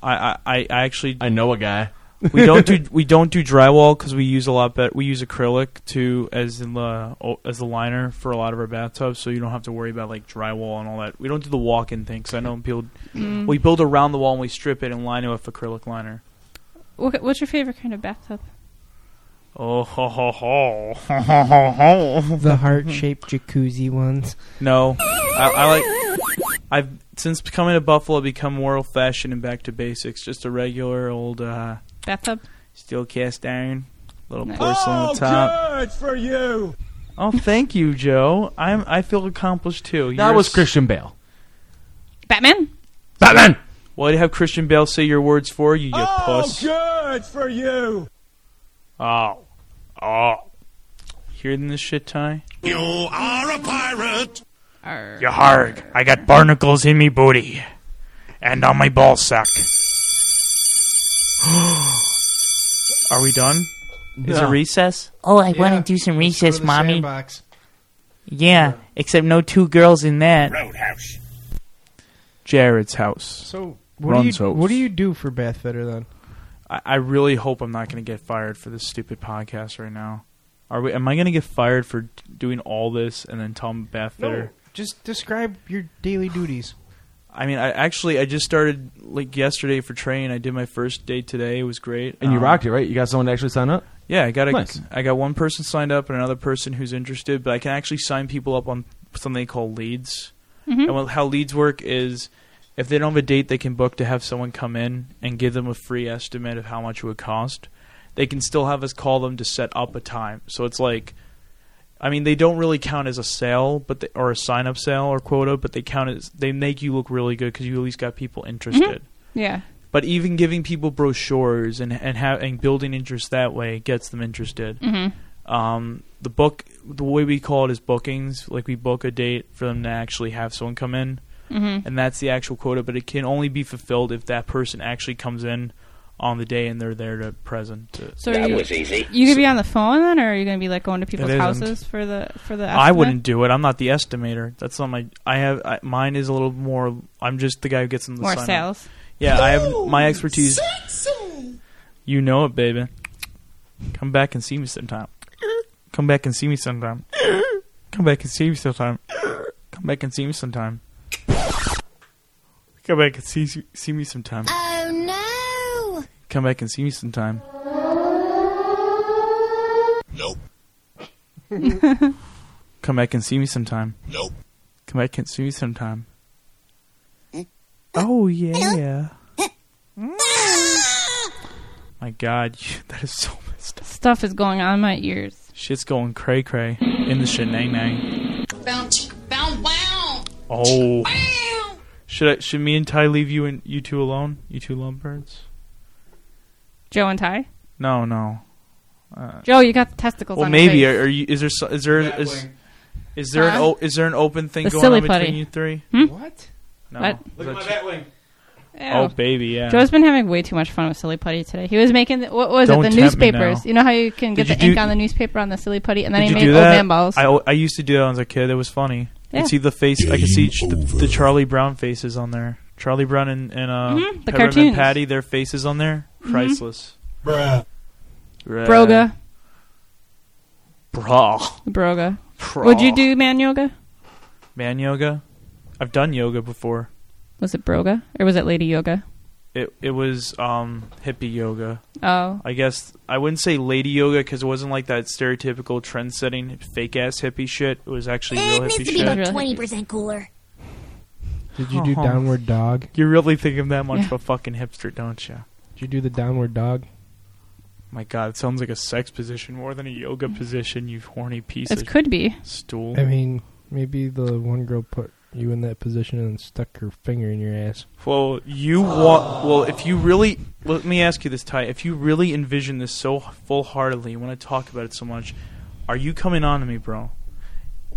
[SPEAKER 3] I I, I I actually
[SPEAKER 1] I know a guy.
[SPEAKER 3] we don't do we don't do drywall because we use a lot better. We use acrylic too as in the oh, as the liner for a lot of our bathtubs, so you don't have to worry about like drywall and all that. We don't do the walk-in thing because I know people.
[SPEAKER 2] Mm.
[SPEAKER 3] We build around the wall and we strip it and line it with acrylic liner.
[SPEAKER 2] Wha- What's your favorite kind of bathtub?
[SPEAKER 3] Oh ho ho ho ho ho ho ho!
[SPEAKER 4] the heart shaped jacuzzi ones.
[SPEAKER 3] No, I, I like. I've since coming to Buffalo, I've become more old-fashioned and back to basics. Just a regular old. uh
[SPEAKER 2] Bathtub.
[SPEAKER 3] Steel cast iron, little
[SPEAKER 2] Nice.
[SPEAKER 3] porcelain
[SPEAKER 1] Oh,
[SPEAKER 3] on the top.
[SPEAKER 5] good for you.
[SPEAKER 3] Oh, thank you, Joe. I'm I feel accomplished too.
[SPEAKER 1] That
[SPEAKER 3] Yours-
[SPEAKER 1] was Christian Bale.
[SPEAKER 2] Batman.
[SPEAKER 1] Batman.
[SPEAKER 3] Why do you have Christian Bale say your words for you, you
[SPEAKER 1] Oh,
[SPEAKER 3] puss?
[SPEAKER 4] Oh,
[SPEAKER 5] good for you.
[SPEAKER 3] Oh, oh. Hearing this shit, Ty?
[SPEAKER 5] You are a pirate.
[SPEAKER 2] Arr.
[SPEAKER 3] harg. I got barnacles in me booty, and on my ball sack. Are we done? Is it
[SPEAKER 1] No.
[SPEAKER 3] recess?
[SPEAKER 6] Oh, I
[SPEAKER 4] Yeah.
[SPEAKER 6] want to do some recess, mommy.
[SPEAKER 4] Sandbox.
[SPEAKER 6] Yeah, except no two girls in that.
[SPEAKER 5] Roadhouse.
[SPEAKER 3] Jared's house.
[SPEAKER 4] So what do
[SPEAKER 3] Runs
[SPEAKER 4] you
[SPEAKER 3] hopes.
[SPEAKER 4] what do you do for Bath Fitter then?
[SPEAKER 3] I, I really hope I'm not going to get fired for this stupid podcast right now. Are we? Am I going to get fired for doing all this and then tell them Beth Fitter?
[SPEAKER 4] Just describe your daily duties.
[SPEAKER 3] I mean, I actually I just started like yesterday for train. I did my first day today. It was great.
[SPEAKER 1] And you
[SPEAKER 3] Um,
[SPEAKER 1] rocked it, right? You got someone to actually sign up.
[SPEAKER 3] Yeah, I got a,
[SPEAKER 1] Nice.
[SPEAKER 3] I got one person signed up and another person who's interested. But I can actually sign people up on something called leads.
[SPEAKER 2] Mhm.
[SPEAKER 3] And what, how leads work is if they don't have a date, they can book to have someone come in and give them a free estimate of how much it would cost. They can still have us call them to set up a time. So it's like, I mean, they don't really count as a sale, but they, or a sign up sale or quota, but they count as they make you look really good because you at least got people interested.
[SPEAKER 2] Yeah.
[SPEAKER 3] But even giving people brochures and and, ha- and building interest that way gets them interested.
[SPEAKER 2] Mhm.
[SPEAKER 3] Um, the book, the way we call it is bookings. Like we book a date for them to actually have someone come in
[SPEAKER 2] Mhm.
[SPEAKER 3] and that's the actual quota. But it can only be fulfilled if that person actually comes in on the day and they're there to present. To,
[SPEAKER 2] So that you, was easy. You gonna be on the phone then, or are you gonna be like going to people's
[SPEAKER 3] isn't.
[SPEAKER 2] houses for the for the?
[SPEAKER 3] I
[SPEAKER 2] estimate?
[SPEAKER 3] wouldn't do it. I'm not the estimator. That's not my. I have I, mine is a little more. I'm just the guy who gets them the
[SPEAKER 2] More
[SPEAKER 3] sign up.
[SPEAKER 2] sales.
[SPEAKER 3] Yeah, I have my expertise.
[SPEAKER 5] Sexy.
[SPEAKER 3] You know it, baby. Come back and see me sometime. Come back and see me sometime. Come back and see me sometime. Come back and see me sometime. Come back and see see me sometime.
[SPEAKER 7] Oh no!
[SPEAKER 3] Come back and see me sometime.
[SPEAKER 5] Nope.
[SPEAKER 3] Come back and see me sometime.
[SPEAKER 5] Nope.
[SPEAKER 3] Come back and see me sometime. Oh yeah. Mm. My God, you, that is so messed up.
[SPEAKER 2] Stuff is going on in my ears.
[SPEAKER 3] Shit's going cray cray in the shenang nang.
[SPEAKER 7] Bounce, bounce, wow,
[SPEAKER 3] Oh.
[SPEAKER 7] wow.
[SPEAKER 3] Should I, should me and Ty leave you and you two alone? You two lumberds?
[SPEAKER 2] Joe and Ty.
[SPEAKER 3] No, no.
[SPEAKER 2] Joe, you got the testicles.
[SPEAKER 3] Well,
[SPEAKER 2] on
[SPEAKER 3] maybe.
[SPEAKER 2] Your face.
[SPEAKER 3] Are, are you? Is there? so- Is there? Is, is there an?
[SPEAKER 2] Huh?
[SPEAKER 3] O, is there an open thing
[SPEAKER 2] The
[SPEAKER 3] going
[SPEAKER 2] silly
[SPEAKER 3] on between
[SPEAKER 2] putty.
[SPEAKER 3] you three?
[SPEAKER 4] What?
[SPEAKER 3] No.
[SPEAKER 2] What?
[SPEAKER 3] Is
[SPEAKER 5] Look at
[SPEAKER 3] that
[SPEAKER 5] my
[SPEAKER 3] you-
[SPEAKER 5] bat wing.
[SPEAKER 3] Oh,
[SPEAKER 2] Ew.
[SPEAKER 3] baby, yeah.
[SPEAKER 2] Joe's been having way too much fun with silly putty today. He was making the, what was
[SPEAKER 3] Don't
[SPEAKER 2] it?
[SPEAKER 3] tempt
[SPEAKER 2] The
[SPEAKER 3] me
[SPEAKER 2] newspapers.
[SPEAKER 3] now.
[SPEAKER 2] You know how you can get
[SPEAKER 3] Did
[SPEAKER 2] the
[SPEAKER 3] you
[SPEAKER 2] ink
[SPEAKER 3] do-
[SPEAKER 2] on the newspaper on the silly putty, and then
[SPEAKER 3] Did
[SPEAKER 2] he
[SPEAKER 3] you
[SPEAKER 2] made
[SPEAKER 3] do
[SPEAKER 2] old
[SPEAKER 3] that?
[SPEAKER 2] man balls.
[SPEAKER 3] I, uh, I used to do that when I was a kid. It was funny. I
[SPEAKER 2] Yeah.
[SPEAKER 3] could see the face. I could see ch- the, the Charlie Brown faces on there. Charlie Brown and, and uh,
[SPEAKER 2] Mhm, the
[SPEAKER 3] Peppermint
[SPEAKER 2] cartoons. Mm-hmm.
[SPEAKER 3] Patty, their faces on there. Priceless.
[SPEAKER 5] Bruh.
[SPEAKER 3] Rad.
[SPEAKER 2] Broga,
[SPEAKER 3] Bra.
[SPEAKER 2] broga.
[SPEAKER 3] Bra.
[SPEAKER 2] Would you do man yoga?
[SPEAKER 3] man yoga? I've done yoga before.
[SPEAKER 2] Was it broga or was it lady yoga?
[SPEAKER 3] It it was um, hippie yoga.
[SPEAKER 2] Oh,
[SPEAKER 3] I guess I wouldn't say lady yoga because it wasn't like that stereotypical trend setting fake ass hippie shit. It was actually
[SPEAKER 7] It
[SPEAKER 3] real
[SPEAKER 7] needs
[SPEAKER 3] hippie
[SPEAKER 7] to be
[SPEAKER 3] shit.
[SPEAKER 7] about twenty percent cooler.
[SPEAKER 4] Did you do
[SPEAKER 6] Uh-huh.
[SPEAKER 3] Oh.
[SPEAKER 4] downward dog?
[SPEAKER 3] You really think I'm that much
[SPEAKER 2] Yeah.
[SPEAKER 3] of a fucking hipster, don't you?
[SPEAKER 4] Did you do the downward dog?
[SPEAKER 3] My God, it sounds like a sex position more than a yoga position. You horny piece
[SPEAKER 2] it
[SPEAKER 3] of
[SPEAKER 2] could be.
[SPEAKER 3] stool.
[SPEAKER 4] I mean, maybe the one girl put you in that position and stuck her finger in your ass.
[SPEAKER 3] well, you want. Well, if you really let me ask you this, Ty, if you really envision this so full heartedly, you want to talk about it so much, are you coming on to me, bro?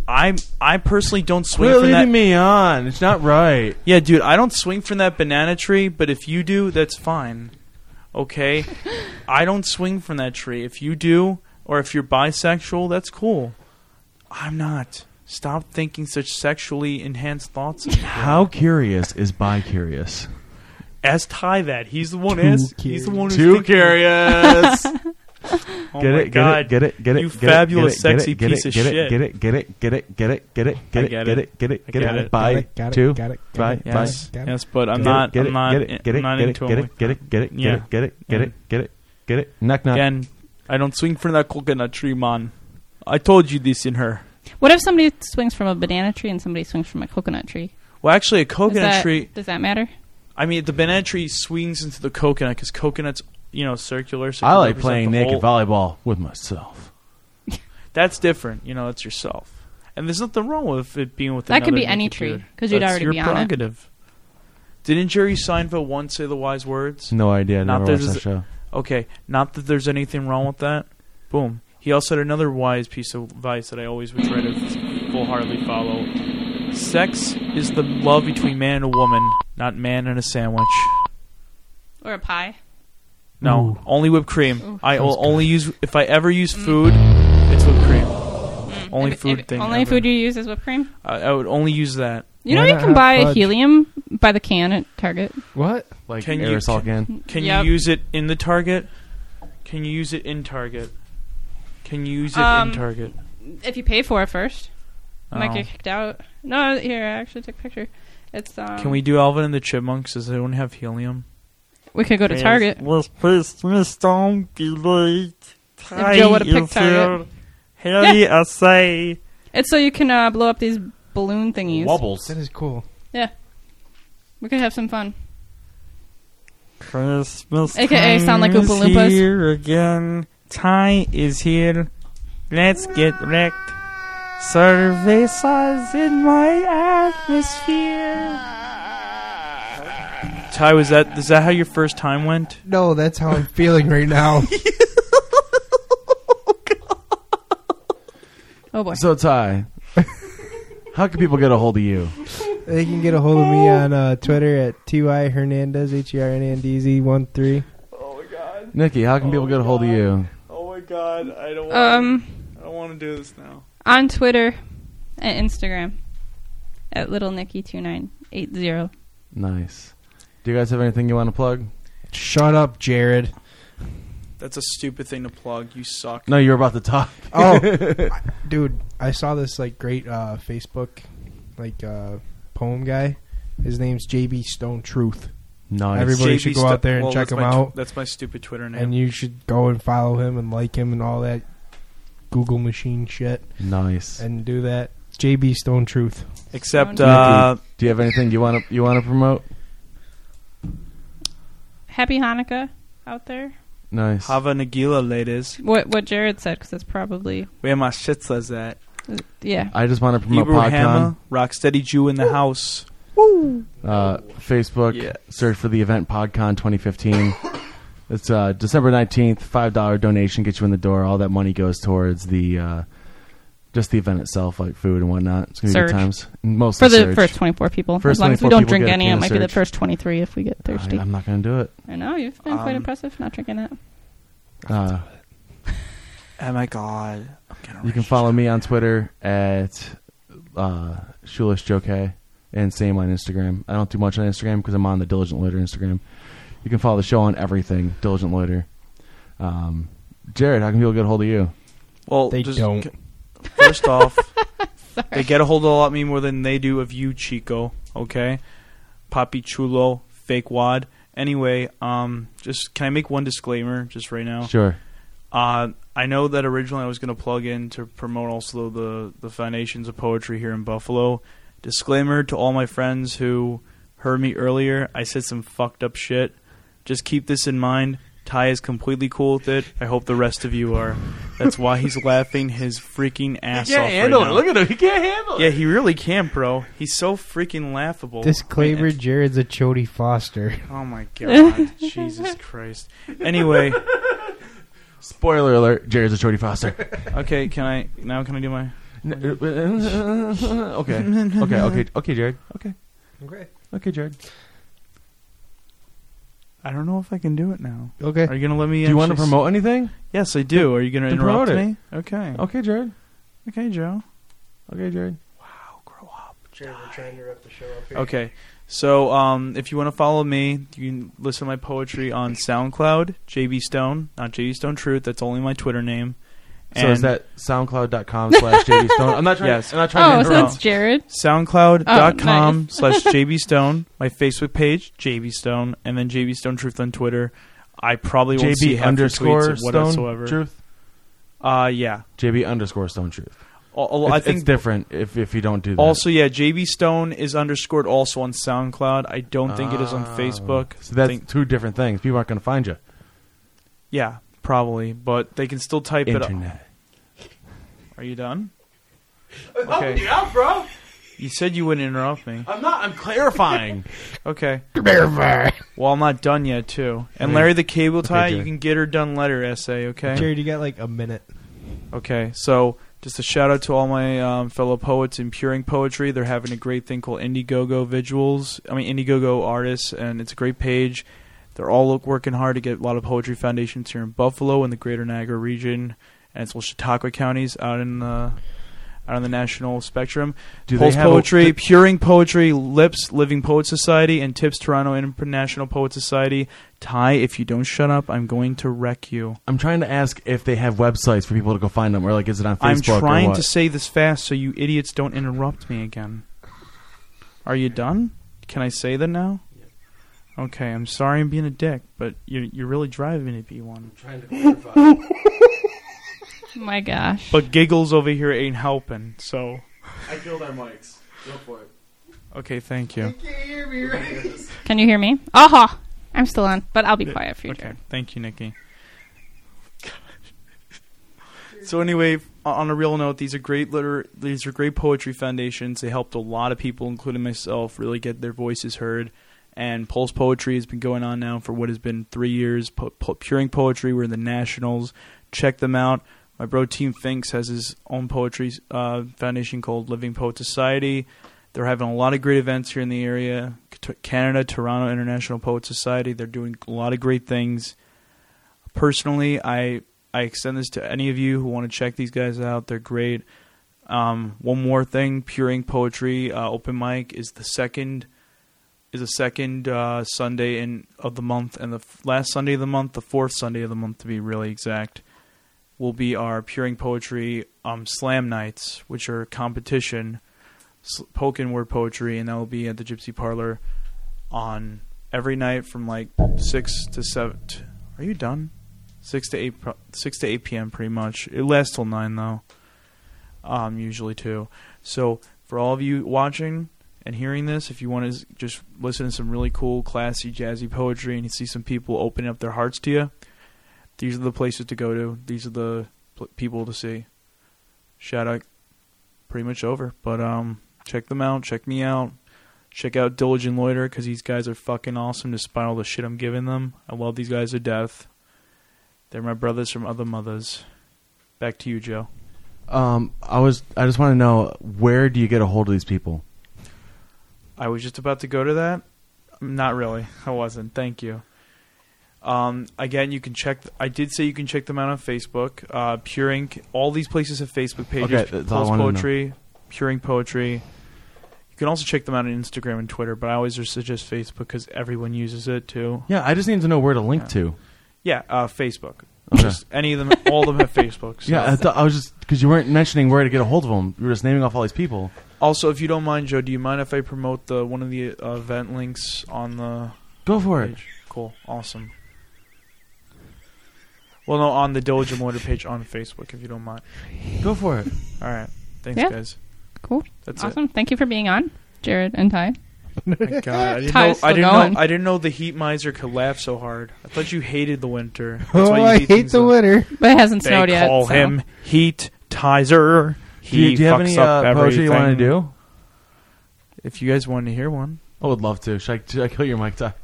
[SPEAKER 3] I I personally don't swing
[SPEAKER 1] Quit
[SPEAKER 3] from that.
[SPEAKER 1] leading me on. It's not right.
[SPEAKER 3] Yeah, dude, I don't swing from that banana tree, but if you do, that's fine. Okay? I don't swing from that tree. If you do, or if you're bisexual, that's cool. I'm not. Stop thinking such sexually enhanced thoughts. of me.
[SPEAKER 1] How curious is bi curious?
[SPEAKER 3] Ask Ty that. He's the one
[SPEAKER 4] Too
[SPEAKER 3] ask. He's the
[SPEAKER 4] curious.
[SPEAKER 3] one who's
[SPEAKER 1] Too
[SPEAKER 3] thinking.
[SPEAKER 1] curious.
[SPEAKER 3] Oh
[SPEAKER 1] get
[SPEAKER 3] my
[SPEAKER 1] it,
[SPEAKER 3] God.
[SPEAKER 1] get it, get it, get it,
[SPEAKER 3] You
[SPEAKER 1] get it,
[SPEAKER 3] fabulous,
[SPEAKER 1] get it,
[SPEAKER 3] sexy
[SPEAKER 1] get it,
[SPEAKER 3] piece of
[SPEAKER 1] get it,
[SPEAKER 3] shit.
[SPEAKER 1] Get it, get it, get it, get it, get it, get
[SPEAKER 3] I
[SPEAKER 1] it,
[SPEAKER 3] get
[SPEAKER 1] get
[SPEAKER 3] it.
[SPEAKER 1] it, get it,
[SPEAKER 3] I
[SPEAKER 1] get
[SPEAKER 3] got
[SPEAKER 1] it,
[SPEAKER 3] it.
[SPEAKER 1] buy
[SPEAKER 4] Got it,
[SPEAKER 1] two,
[SPEAKER 4] got it, got
[SPEAKER 1] buy,
[SPEAKER 4] it,
[SPEAKER 1] buy.
[SPEAKER 3] Yes,
[SPEAKER 4] Got it.
[SPEAKER 3] yes, but I'm
[SPEAKER 1] Get it,
[SPEAKER 3] not.
[SPEAKER 1] get it,
[SPEAKER 3] I'm not.
[SPEAKER 1] get it, get it,
[SPEAKER 3] I'm not
[SPEAKER 1] get it,
[SPEAKER 3] into
[SPEAKER 1] get
[SPEAKER 3] him
[SPEAKER 1] it, get it, get it, get
[SPEAKER 3] Yeah.
[SPEAKER 1] it, get it, get
[SPEAKER 3] Yeah.
[SPEAKER 1] it, get it, get it. Knock knock.
[SPEAKER 3] Again, I don't swing from that coconut tree, man. I told you this in her.
[SPEAKER 2] What if somebody swings from a banana tree and somebody swings from a coconut tree?
[SPEAKER 3] Well, actually, a
[SPEAKER 2] Is
[SPEAKER 3] coconut
[SPEAKER 2] that-
[SPEAKER 3] tree.
[SPEAKER 2] Does that matter?
[SPEAKER 3] I mean, the banana tree swings into the coconut because coconuts, you know, circular. So it
[SPEAKER 1] I
[SPEAKER 3] can
[SPEAKER 1] like
[SPEAKER 3] represent
[SPEAKER 1] playing
[SPEAKER 3] the
[SPEAKER 1] naked
[SPEAKER 3] whole-
[SPEAKER 1] volleyball with myself.
[SPEAKER 3] That's different. You know, that's yourself. And there's nothing wrong with it being with
[SPEAKER 2] That could
[SPEAKER 3] another
[SPEAKER 2] be any
[SPEAKER 3] naked
[SPEAKER 2] tree,
[SPEAKER 3] dude.
[SPEAKER 2] 'cause you'd
[SPEAKER 3] That's
[SPEAKER 2] already
[SPEAKER 3] your
[SPEAKER 2] be on it.
[SPEAKER 3] prerogative. Didn't Jerry Seinfeld once say the wise words?
[SPEAKER 1] No idea. I
[SPEAKER 3] Not
[SPEAKER 1] never
[SPEAKER 3] that
[SPEAKER 1] watched
[SPEAKER 3] there's
[SPEAKER 1] that show.
[SPEAKER 3] Okay, not that there's anything wrong with that. Boom. He also had another wise piece of advice that I always would try to full heartedly follow. Sex is the love between man and a woman, not man and a sandwich.
[SPEAKER 2] Or a pie?
[SPEAKER 3] No, only whipped cream. I will
[SPEAKER 4] Sounds
[SPEAKER 3] only use if I ever use food, it's whipped cream. Only
[SPEAKER 2] If-
[SPEAKER 3] food
[SPEAKER 2] if-
[SPEAKER 3] thing.
[SPEAKER 2] Mm. Only
[SPEAKER 3] ever.
[SPEAKER 2] food you use is whipped cream.
[SPEAKER 3] I, I would only use that.
[SPEAKER 2] You
[SPEAKER 4] Why
[SPEAKER 2] know you
[SPEAKER 4] not
[SPEAKER 2] can
[SPEAKER 4] have
[SPEAKER 2] buy a
[SPEAKER 4] fudge?
[SPEAKER 2] helium by the can at Target.
[SPEAKER 4] What?
[SPEAKER 1] Like
[SPEAKER 3] Can you-
[SPEAKER 1] aerosol
[SPEAKER 3] can-
[SPEAKER 1] can.
[SPEAKER 3] Can
[SPEAKER 2] Yep.
[SPEAKER 3] you use it in the target? Can you use it in target? Can you use it
[SPEAKER 2] Um,
[SPEAKER 3] in target?
[SPEAKER 2] If you pay for it first, you might
[SPEAKER 3] Oh.
[SPEAKER 2] get kicked out. No, here I actually took a picture. It's um,
[SPEAKER 3] Can we do Alvin and the Chipmunks? Does anyone have helium?
[SPEAKER 2] We could go to Target.
[SPEAKER 8] Was Christmas, don't be late. Tie
[SPEAKER 2] Joe would've picked
[SPEAKER 8] is here.
[SPEAKER 2] Target.
[SPEAKER 8] Harry, I say.
[SPEAKER 2] It's so you can uh, blow up these balloon thingies.
[SPEAKER 1] Wobbles.
[SPEAKER 4] That is cool.
[SPEAKER 2] We could have some fun.
[SPEAKER 8] Christmas
[SPEAKER 2] AKA
[SPEAKER 8] time
[SPEAKER 2] sound like
[SPEAKER 8] is
[SPEAKER 2] Oompa Loompas.
[SPEAKER 8] here again. Tie is here. Let's get wrecked. Survey size in my atmosphere.
[SPEAKER 3] Ty, was that is that how your first time went?
[SPEAKER 4] No, that's how I'm feeling right now.
[SPEAKER 2] Oh boy.
[SPEAKER 1] So Ty, how can people get a hold of you?
[SPEAKER 4] they can get a hold of me on uh, Twitter at ty hernandez h e r n a n d z one three.
[SPEAKER 3] Oh my god!
[SPEAKER 1] Nikki, how can people get a hold of you?
[SPEAKER 3] Oh my god! I don't.
[SPEAKER 2] Um,
[SPEAKER 3] I don't want to do this now.
[SPEAKER 2] on Twitter and Instagram at little nicky two nine eight zero.
[SPEAKER 1] Nice. Do you guys have anything you want to plug?
[SPEAKER 4] Shut up, Jared.
[SPEAKER 3] That's a stupid thing to plug. You suck.
[SPEAKER 1] No, you're about to talk.
[SPEAKER 4] Oh, I- dude, I saw this like great uh, Facebook like uh, poem guy. His name's JB Stone Truth,
[SPEAKER 1] Nice.
[SPEAKER 4] Everybody
[SPEAKER 3] JB
[SPEAKER 4] should go
[SPEAKER 3] stu-
[SPEAKER 4] out there and
[SPEAKER 3] well,
[SPEAKER 4] check
[SPEAKER 3] that's
[SPEAKER 4] him
[SPEAKER 3] my tw-
[SPEAKER 4] out.
[SPEAKER 3] that's my stupid Twitter name.
[SPEAKER 4] and you should go and follow him and like him and all that Google machine shit,
[SPEAKER 1] Nice.
[SPEAKER 4] and do that. JB Stone Truth.
[SPEAKER 3] Except,
[SPEAKER 2] Nikki.
[SPEAKER 3] uh,
[SPEAKER 1] Do you have anything you want to you want to promote?
[SPEAKER 2] Happy Hanukkah out there.
[SPEAKER 1] Nice.
[SPEAKER 3] Hava Nagila, ladies.
[SPEAKER 2] What what Jared said because that's probably
[SPEAKER 3] Where my shit says that.
[SPEAKER 2] yeah.
[SPEAKER 1] I just want to promote
[SPEAKER 3] Hebrew
[SPEAKER 1] PodCon.
[SPEAKER 3] Hammer, Rocksteady Jew in the house.
[SPEAKER 1] Uh, Facebook.
[SPEAKER 3] Yes.
[SPEAKER 1] Search for the event PodCon 2015. it's uh, December 19th. Five dollar donation gets you in the door. All that money goes towards the uh, just the event itself, like food and whatnot. It's gonna be
[SPEAKER 2] Surge.
[SPEAKER 1] good times. Mostly
[SPEAKER 2] For the
[SPEAKER 1] surge.
[SPEAKER 2] first 24 people.
[SPEAKER 1] First
[SPEAKER 2] as long as we
[SPEAKER 1] 24
[SPEAKER 2] don't
[SPEAKER 1] people
[SPEAKER 2] drink
[SPEAKER 1] get a
[SPEAKER 2] any,
[SPEAKER 1] can
[SPEAKER 2] it
[SPEAKER 1] of
[SPEAKER 2] might be the
[SPEAKER 1] Surge.
[SPEAKER 2] first 23 if we get thirsty.
[SPEAKER 1] I,
[SPEAKER 2] I,
[SPEAKER 1] am not gonna do it.
[SPEAKER 2] know, you've been
[SPEAKER 3] Um,
[SPEAKER 2] quite impressive not drinking it.
[SPEAKER 1] Uh,
[SPEAKER 3] Oh my god. I'm gonna
[SPEAKER 1] you can
[SPEAKER 3] rage.
[SPEAKER 1] follow me on Twitter at uh, Shoeless Joke and same on Instagram. I don't do much on Instagram because I'm on the Diligent Loiter Instagram. You can follow the show on everything, Diligent Loiter. Um, Jared, how can people get a hold of you?
[SPEAKER 3] Well,
[SPEAKER 4] They
[SPEAKER 3] just-
[SPEAKER 4] don't.
[SPEAKER 3] First off, they get a hold of a lot me more than they do of you, Chico. Okay, Papi Chulo, fake wad. Anyway, um, just can I make one disclaimer just right now?
[SPEAKER 1] Sure.
[SPEAKER 3] Uh, I know that originally I was going to plug in to promote also the the foundations of poetry here in Buffalo. Disclaimer to all my friends who heard me earlier: I said some fucked up shit. Just keep this in mind. Ty is completely cool with it. I hope the rest of you are. That's why he's laughing his freaking ass off right now.
[SPEAKER 1] at him. He can't handle
[SPEAKER 3] yeah, he really can, bro. He's so freaking
[SPEAKER 4] Oh,
[SPEAKER 3] laughable.
[SPEAKER 4] Disclaimer:
[SPEAKER 3] Man,
[SPEAKER 4] Jared's a Chody Foster.
[SPEAKER 3] Oh my god, Jesus Christ. Anyway,
[SPEAKER 1] Spoiler alert: Jared's a Jodie Foster.
[SPEAKER 3] okay, can I now? Can I do my?
[SPEAKER 1] okay. Okay. Okay. Okay, Jared. Okay.
[SPEAKER 4] Okay.
[SPEAKER 1] Okay, Jared.
[SPEAKER 3] I don't know if I can do it now.
[SPEAKER 4] Okay.
[SPEAKER 3] Are you gonna let me?
[SPEAKER 1] Do you want to
[SPEAKER 3] actually-
[SPEAKER 1] promote anything?
[SPEAKER 3] Yes, I do. Are you gonna
[SPEAKER 1] Then promote
[SPEAKER 3] interrupt
[SPEAKER 1] it. Oh.
[SPEAKER 3] me? Okay.
[SPEAKER 1] Okay, Jared.
[SPEAKER 3] Okay, Joe.
[SPEAKER 1] Okay, Jared.
[SPEAKER 4] Jared, we're trying to wrap the show up here.
[SPEAKER 3] Okay. So, um, if you want to follow me, you can listen to my poetry on SoundCloud, JB Stone, not JB Stone Truth. That's only my Twitter name.
[SPEAKER 1] So is that soundcloud.com slash JD Stone? I'm not trying.
[SPEAKER 3] Yes.
[SPEAKER 1] I'm not trying to
[SPEAKER 2] Oh, so
[SPEAKER 1] interrupt.
[SPEAKER 2] that's Jared.
[SPEAKER 3] soundcloud.com
[SPEAKER 2] Oh, nice.
[SPEAKER 3] slash JB Stone, my Facebook page, JB Stone, and then JB Stone Truth on Twitter. I probably won't
[SPEAKER 1] JB
[SPEAKER 3] see half your
[SPEAKER 1] underscore
[SPEAKER 3] tweets
[SPEAKER 1] Stone
[SPEAKER 3] whatsoever.
[SPEAKER 1] Truth.
[SPEAKER 3] Uh, yeah.
[SPEAKER 1] JB underscore Stone Truth.
[SPEAKER 3] Al- al-
[SPEAKER 1] It's,
[SPEAKER 3] I think
[SPEAKER 1] it's different if if you don't do that.
[SPEAKER 3] also, yeah, JB Stone is underscored also on SoundCloud. I don't think it is on
[SPEAKER 1] Ah.
[SPEAKER 3] Facebook.
[SPEAKER 1] So that's
[SPEAKER 3] Think-
[SPEAKER 1] two different things. People aren't going to find you.
[SPEAKER 3] yeah, probably, but uh, they can still type it. up.
[SPEAKER 1] Internet.
[SPEAKER 3] Are you done?
[SPEAKER 1] Uh,
[SPEAKER 3] Okay.
[SPEAKER 1] Yeah, bro.
[SPEAKER 3] You said you wouldn't interrupt me.
[SPEAKER 1] I'm not. I'm clarifying.
[SPEAKER 3] Okay. Well, I'm not done yet, too. And Larry the Cable Tie, you
[SPEAKER 1] Jared.
[SPEAKER 3] can get her done letter essay, okay?
[SPEAKER 4] Jared, you got like a minute.
[SPEAKER 3] Okay, so just a shout out to all my um, fellow poets in Puring Poetry. They're having a great thing called Indiegogo Visuals. I mean Indiegogo Artists, and it's a great page. They're all look, working hard to get a lot of poetry foundations here in Buffalo and the Greater Niagara region, and as well Chautauqua counties out in the out on the national spectrum.
[SPEAKER 1] Do they
[SPEAKER 3] Pulse
[SPEAKER 1] have a-
[SPEAKER 3] Poetry,
[SPEAKER 1] do-
[SPEAKER 3] Puring Poetry, Lips, Living Poet Society, and Tips Toronto International Poet Society. Ty, if you don't shut up, I'm going to wreck you.
[SPEAKER 1] I'm trying to ask if they have websites for people to go find them, or like, is it on
[SPEAKER 3] I'm
[SPEAKER 1] Facebook? or
[SPEAKER 3] trying
[SPEAKER 1] what?
[SPEAKER 3] to say this fast so you idiots don't interrupt me again. Are you done? Can I say that now? Okay, I'm sorry I'm being a dick, but you're, you're really driving me to be one.
[SPEAKER 2] My gosh.
[SPEAKER 3] But giggles over here ain't helping, so.
[SPEAKER 1] I killed our mics. Go for it.
[SPEAKER 3] Okay, thank you.
[SPEAKER 2] Can you hear me? Aha! I'm still on, but I'll be quiet for you,
[SPEAKER 3] Okay,
[SPEAKER 2] Jared.
[SPEAKER 3] thank you, Nikki. So anyway, f- on a real note, these are great liter- these are great poetry foundations. They helped a lot of people, including myself, really get their voices heard. And Pulse Poetry has been going on now for what has been three years. Po- po- Puring Poetry, we're in the Nationals. Check them out. My bro Team Finks has his own poetry uh, foundation called Living Poet Society. They're having a lot of great events here in the area. T- Canada, Toronto International Poet Society. They're doing a lot of great things. Personally, I I extend this to any of you who want to check these guys out. They're great. Um, one more thing, Pure Ink Poetry uh, open mic is the second is a second uh, Sunday in of the month, and the f- last Sunday of the month, the fourth Sunday of the month to be really exact, will be our Pure Ink Poetry um, Slam Nights, which are competition s- Pokin word poetry, and that will be at the Gypsy Parlor on every night from like six to seven. t- Are you done? Six to eight, pro- six to eight p.m. Pretty much. It lasts till nine though, um, usually too. So for all of you watching and hearing this, if you want to just listen to some really cool, classy, jazzy poetry and you see some people opening up their hearts to you, These are the places to go to. These are the pl- people to see. Shout out, pretty much over. But um, check them out. Check me out. Check out Diligent Loiter because these guys are fucking awesome. Despite all the shit I'm giving them, I love these guys to death. They're my brothers from other mothers. Back to you, Joe.
[SPEAKER 1] Um, I was. I just want to know where do you get a hold of these people?
[SPEAKER 3] I was just about to go to that. Not really. I wasn't. Thank you. Um, again, you can check. I did say you can check them out on Facebook. Uh, Pure Ink. All these places have Facebook pages.
[SPEAKER 1] Okay, that's all I
[SPEAKER 3] Pulse
[SPEAKER 1] wanted to know.
[SPEAKER 3] Poetry, Pure Ink Poetry. You can also check them out on Instagram and Twitter, but I always just suggest Facebook because everyone uses it too.
[SPEAKER 1] Yeah, I just need to know where to link
[SPEAKER 3] Yeah.
[SPEAKER 1] to.
[SPEAKER 3] Yeah, uh, Facebook.
[SPEAKER 1] Okay.
[SPEAKER 3] Just any of them. All of them have Facebook. So.
[SPEAKER 1] yeah, I, thought, I was just because you weren't mentioning where to get a hold of them. You were just naming off all these people.
[SPEAKER 3] Also, if you don't mind, Joe, do you mind if I promote the one of the uh, event links on the
[SPEAKER 1] Go for it.
[SPEAKER 3] page. Cool. Awesome. Well, no, on the Dojo Motor page on Facebook, if you don't mind.
[SPEAKER 1] Go for it.
[SPEAKER 3] All right. Thanks,
[SPEAKER 2] Yeah.
[SPEAKER 3] guys.
[SPEAKER 2] Cool.
[SPEAKER 3] That's
[SPEAKER 2] awesome. Thank you for being on, Jared and Ty.
[SPEAKER 3] it. My God, I didn't,
[SPEAKER 2] Ty's
[SPEAKER 3] know,
[SPEAKER 2] still
[SPEAKER 3] I, didn't
[SPEAKER 2] going.
[SPEAKER 3] know, I didn't know the heat miser could laugh so hard. I thought you hated the winter. That's
[SPEAKER 4] Oh,
[SPEAKER 3] why you uh,
[SPEAKER 4] I hate
[SPEAKER 3] things
[SPEAKER 4] the
[SPEAKER 3] so-
[SPEAKER 4] winter.
[SPEAKER 2] But it hasn't
[SPEAKER 3] They
[SPEAKER 2] snowed yet.
[SPEAKER 3] call
[SPEAKER 2] so-
[SPEAKER 3] him heat tizer.
[SPEAKER 1] Do you,
[SPEAKER 3] He
[SPEAKER 1] do you have
[SPEAKER 3] fucks
[SPEAKER 1] any
[SPEAKER 3] up
[SPEAKER 1] uh, poetry you want to
[SPEAKER 3] everything.
[SPEAKER 1] do?
[SPEAKER 3] If you guys want to hear one.
[SPEAKER 1] I would love to. Should I, should I kill your mic? Ty?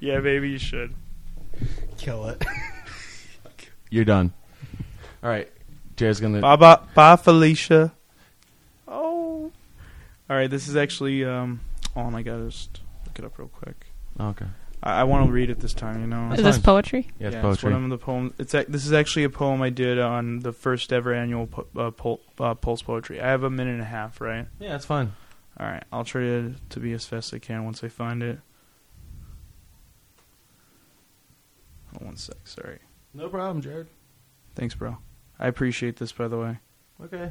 [SPEAKER 3] Yeah, maybe you should.
[SPEAKER 4] Kill it.
[SPEAKER 1] You're done. All right. Jared's gonna.
[SPEAKER 3] Bye, bye, bye, Felicia. Oh. All right, this is actually. Um, oh my god, just look it up real quick.
[SPEAKER 1] Oh, okay.
[SPEAKER 3] I, I want to read it this time, you know.
[SPEAKER 2] Is this poetry?
[SPEAKER 1] Yeah, it's
[SPEAKER 3] Yeah, it's
[SPEAKER 1] poetry.
[SPEAKER 3] one of the poems. It's ac this is actually a poem I did on the first ever annual po- uh, pol- uh, Pulse Poetry. I have a minute and a half, right?
[SPEAKER 1] yeah, it's fine.
[SPEAKER 3] All right, I'll try to, to be as fast as I can once I find it. Hold on Oh, one sec, sorry.
[SPEAKER 1] No problem, Jared.
[SPEAKER 3] Thanks, bro. I appreciate this, by the way.
[SPEAKER 1] Okay.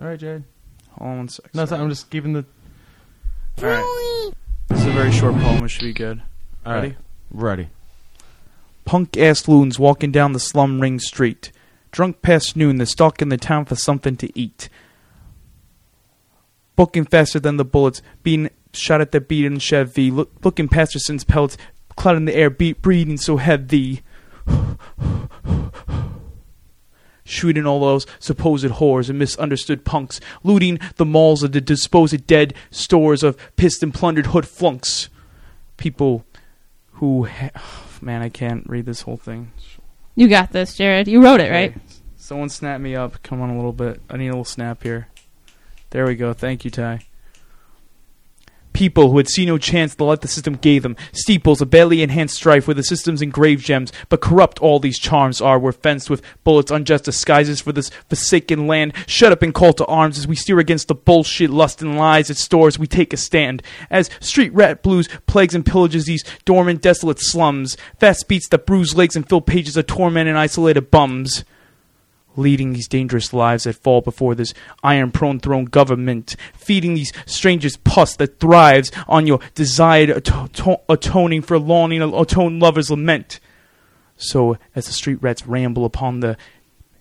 [SPEAKER 1] All right, Jared.
[SPEAKER 3] Hold on Oh, one sec.
[SPEAKER 1] No, it's not,
[SPEAKER 3] sorry.
[SPEAKER 1] I'm just keeping the.
[SPEAKER 3] All right. This is a very short poem. It should be good.
[SPEAKER 1] All right. Ready.
[SPEAKER 3] Punk ass loons walking down the slum ring street. Drunk past noon, they're stalking the town for something to eat. Booking faster than the bullets, being shot at the beat in Chevy. Look, looking past her since pellets, cloud in the air, beat breathing so heavy. Shooting all those supposed whores and misunderstood punks, looting the malls of the disposed dead stores of pissed and plundered hood flunks. People who. Ha- man, I can't read this whole thing.
[SPEAKER 2] You got this, Jared. You wrote it, right?
[SPEAKER 3] Hey, someone snap me up. Come on a little bit. I need a little snap here. There we go. Thank you, Ty. People who had seen no chance to let the system gave them. Steeples of barely enhanced strife where the system's engraved gems, but corrupt all these charms are, were fenced with bullets, unjust disguises for this forsaken land. Shut up and call to arms as we steer against the bullshit, lust, and lies it stores, we take a stand. As street rat blues plagues and pillages these dormant, desolate slums, fast beats that bruise legs and fill pages of torment and isolated bums leading these dangerous lives that fall before this iron prone throne government, feeding these strangers pus that thrives on your desired ato- to- atoning for longing atoned lovers lament. So as the street rats ramble upon the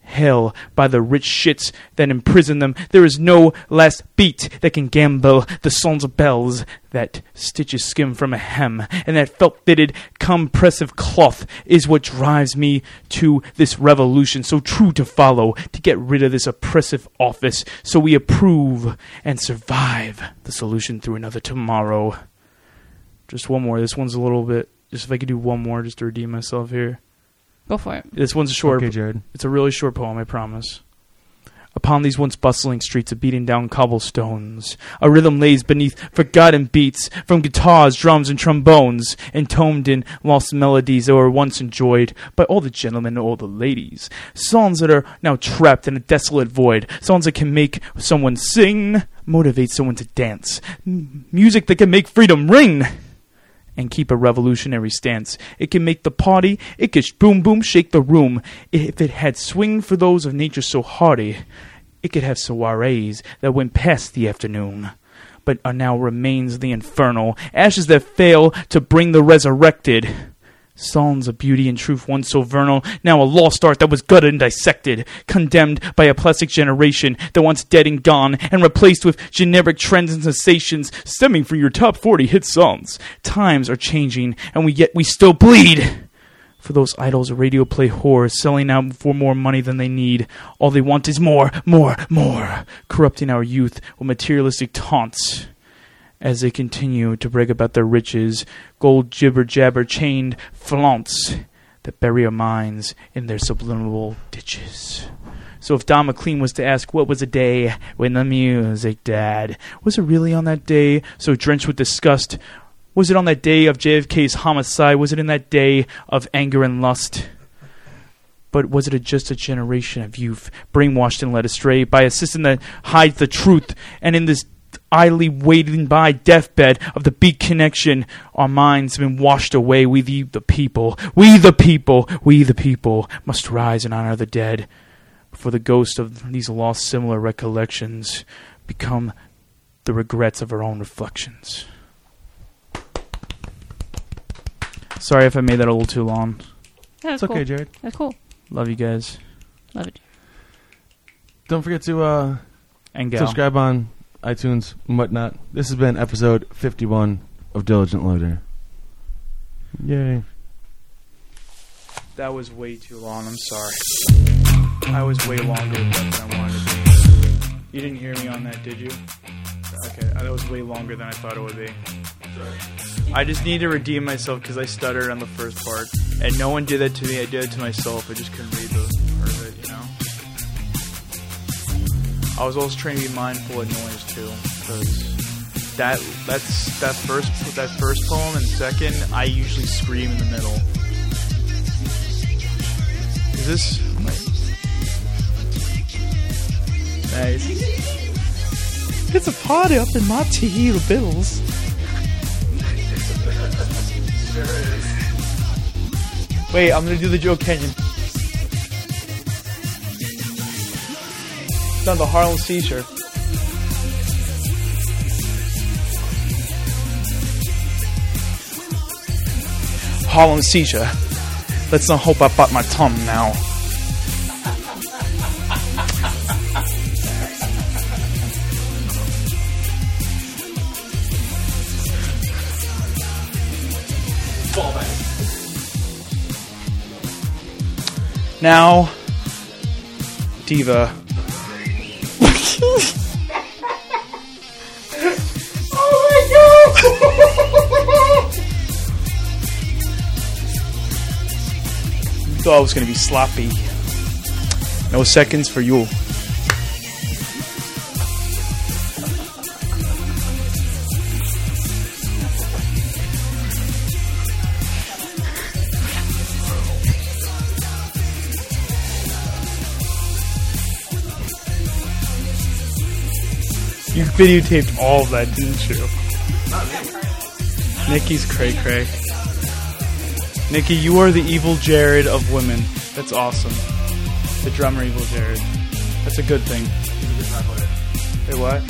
[SPEAKER 3] hell by the rich shits that imprison them, there is no last beat that can gamble the sons of bells that stitches skim from a hem, and that felt fitted compressive cloth is what drives me to this revolution so true to follow, to get rid of this oppressive office, so we approve and survive the solution through another tomorrow. Just one more. This one's a little bit. Just if I could do one more, just to redeem myself here.
[SPEAKER 2] Go for it.
[SPEAKER 3] This one's short.
[SPEAKER 1] Okay, Jared.
[SPEAKER 3] It's a really short poem, I promise. Upon these once bustling streets of beating down cobblestones, a rhythm lays beneath forgotten beats from guitars, drums, and trombones, intoned in lost melodies that were once enjoyed by all the gentlemen and all the ladies. Songs that are now trapped in a desolate void, songs that can make someone sing, motivate someone to dance, M- music that can make freedom ring and keep a revolutionary stance. It can make the party, it could sh- boom boom shake the room. If it had swing for those of nature so hardy, it could have soirees that went past the afternoon, but uh, are now remains of the infernal, ashes that fail to bring the resurrected. Songs of beauty and truth, once so vernal, now a lost art that was gutted and dissected, condemned by a plastic generation that once dead and gone, and replaced with generic trends and sensations stemming from your top 40 hit songs. Times are changing, and we yet we still bleed for those idols of radio play whores selling out for more money than they need. All they want is more, more, more, corrupting our youth with materialistic taunts. As they continue to brag about their riches, gold jibber jabber chained flaunts that bury our minds in their subliminal ditches. So if Don McLean was to ask what was a day when the music died, was it really on that day so drenched with disgust was it on that day of JFK's homicide? Was it in that day of anger and lust? But was it a, just a generation of youth brainwashed and led astray by a system that hides the truth? And in this idly waiting by deathbed of the big connection, our minds have been washed away. We the, the people, we the people, we the people must rise and honor the dead before the ghost of these lost similar recollections become the regrets of our own reflections. Sorry if I made that a little too long.
[SPEAKER 2] That's
[SPEAKER 3] It's okay,
[SPEAKER 2] cool.
[SPEAKER 3] Jared.
[SPEAKER 2] That's cool.
[SPEAKER 3] Love you guys
[SPEAKER 2] Love it.
[SPEAKER 1] Don't forget to uh,
[SPEAKER 3] and gal.
[SPEAKER 1] subscribe on iTunes and whatnot. This has been episode 51 of Diligent Loader. Yay.
[SPEAKER 3] That was way too long. I'm sorry. I was way longer than I wanted to be. You didn't hear me on that, did you? Okay, that was way longer than I thought it would be. I just need to redeem myself because I stuttered on the first part, and no one did that to me. I did it to myself. I just couldn't read the part of it, you know. I was always trying to be mindful of noise too, because that that's that first that first poem and second. I usually scream in the middle. Is this? Nice.
[SPEAKER 6] It's a party up in my Tahiti Bills.
[SPEAKER 3] Wait, I'm gonna do the Joe Kenyon. No, the Harlem Seizure. Harlem Seizure. Let's not hope I bite my tongue now. Now, Diva. oh my god! you thought I was gonna be sloppy. No seconds for you. You videotaped all of that, didn't you? Nikki's cray cray. Nikki, you are the evil Jared of women. That's awesome. The drummer, evil Jared. That's a good thing. Hey, what?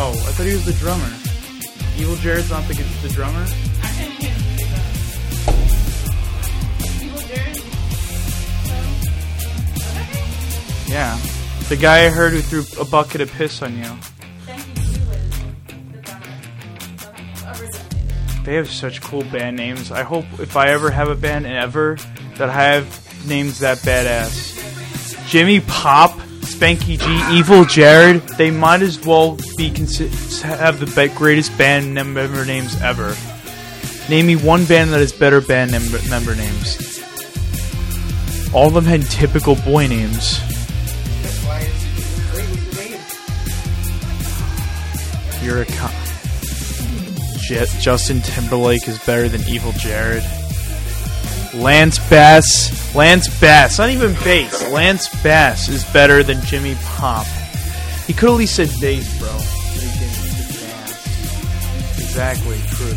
[SPEAKER 3] Oh, I thought he was the drummer. Evil Jared's not the, the drummer? Yeah. The guy I heard who threw a bucket of piss on you. They have such cool band names. I hope if I ever have a band and ever that I have names that badass. Jimmy Pop, Spanky G, Evil Jared, they might as well be consi- have the be- greatest band mem- member names ever. Name me one band that has better band mem- member names. All of them had typical boy names. You're a con- J- Justin Timberlake is better than Evil Jared. Lance Bass, Lance Bass, not even bass. Lance Bass is better than Jimmy Pop. He could at least said bass, bro. But he didn't. He said bass. Exactly. True.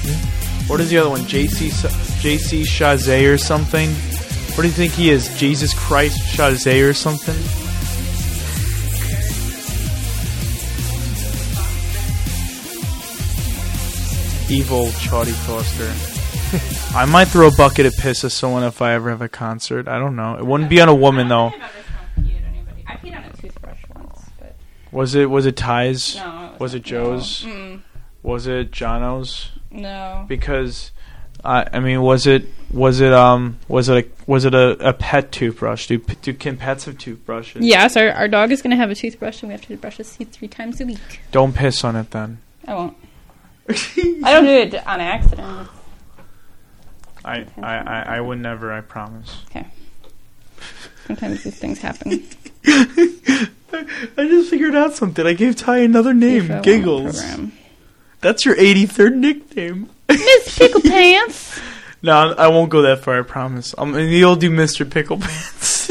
[SPEAKER 3] Hmm? What is the other one? JC Sa- JC Chazé or something? What do you think he is? Jesus Christ Chazé or something? evil Chaudy Foster. I might throw a bucket of piss at someone if I ever have a concert. I don't know. It wouldn't be on a woman though.
[SPEAKER 2] I peed on a toothbrush once, but
[SPEAKER 3] Was it? Was it Ty's?
[SPEAKER 2] no.
[SPEAKER 3] Was it Joe's?
[SPEAKER 2] Mm,
[SPEAKER 3] Was it Jono's?
[SPEAKER 2] no.
[SPEAKER 3] Because, I I mean, was it? Was it? Um. Was it? A, was it a, a pet toothbrush? Do p- do can pets have toothbrushes?
[SPEAKER 2] Yes, our, our dog is going to have a toothbrush, and we have to brush his teeth three times a week.
[SPEAKER 3] Don't piss on it then.
[SPEAKER 2] I won't. I don't do it on accident.
[SPEAKER 3] I I I, I would never. I promise.
[SPEAKER 2] Sometimes these things happen.
[SPEAKER 3] I just figured out something. I gave Ty another name.
[SPEAKER 2] Program.
[SPEAKER 3] Giggles. That's your 83rd nickname.
[SPEAKER 2] Miss Pickle Pants.
[SPEAKER 3] No, I- I won't go that far. I promise. Um, and you'll do Mr. Pickle Pants.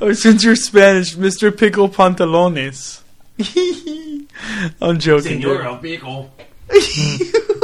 [SPEAKER 3] oh, since you're Spanish, Mr. Pickle Pantalones. I'm joking. dude.
[SPEAKER 9] Pickle.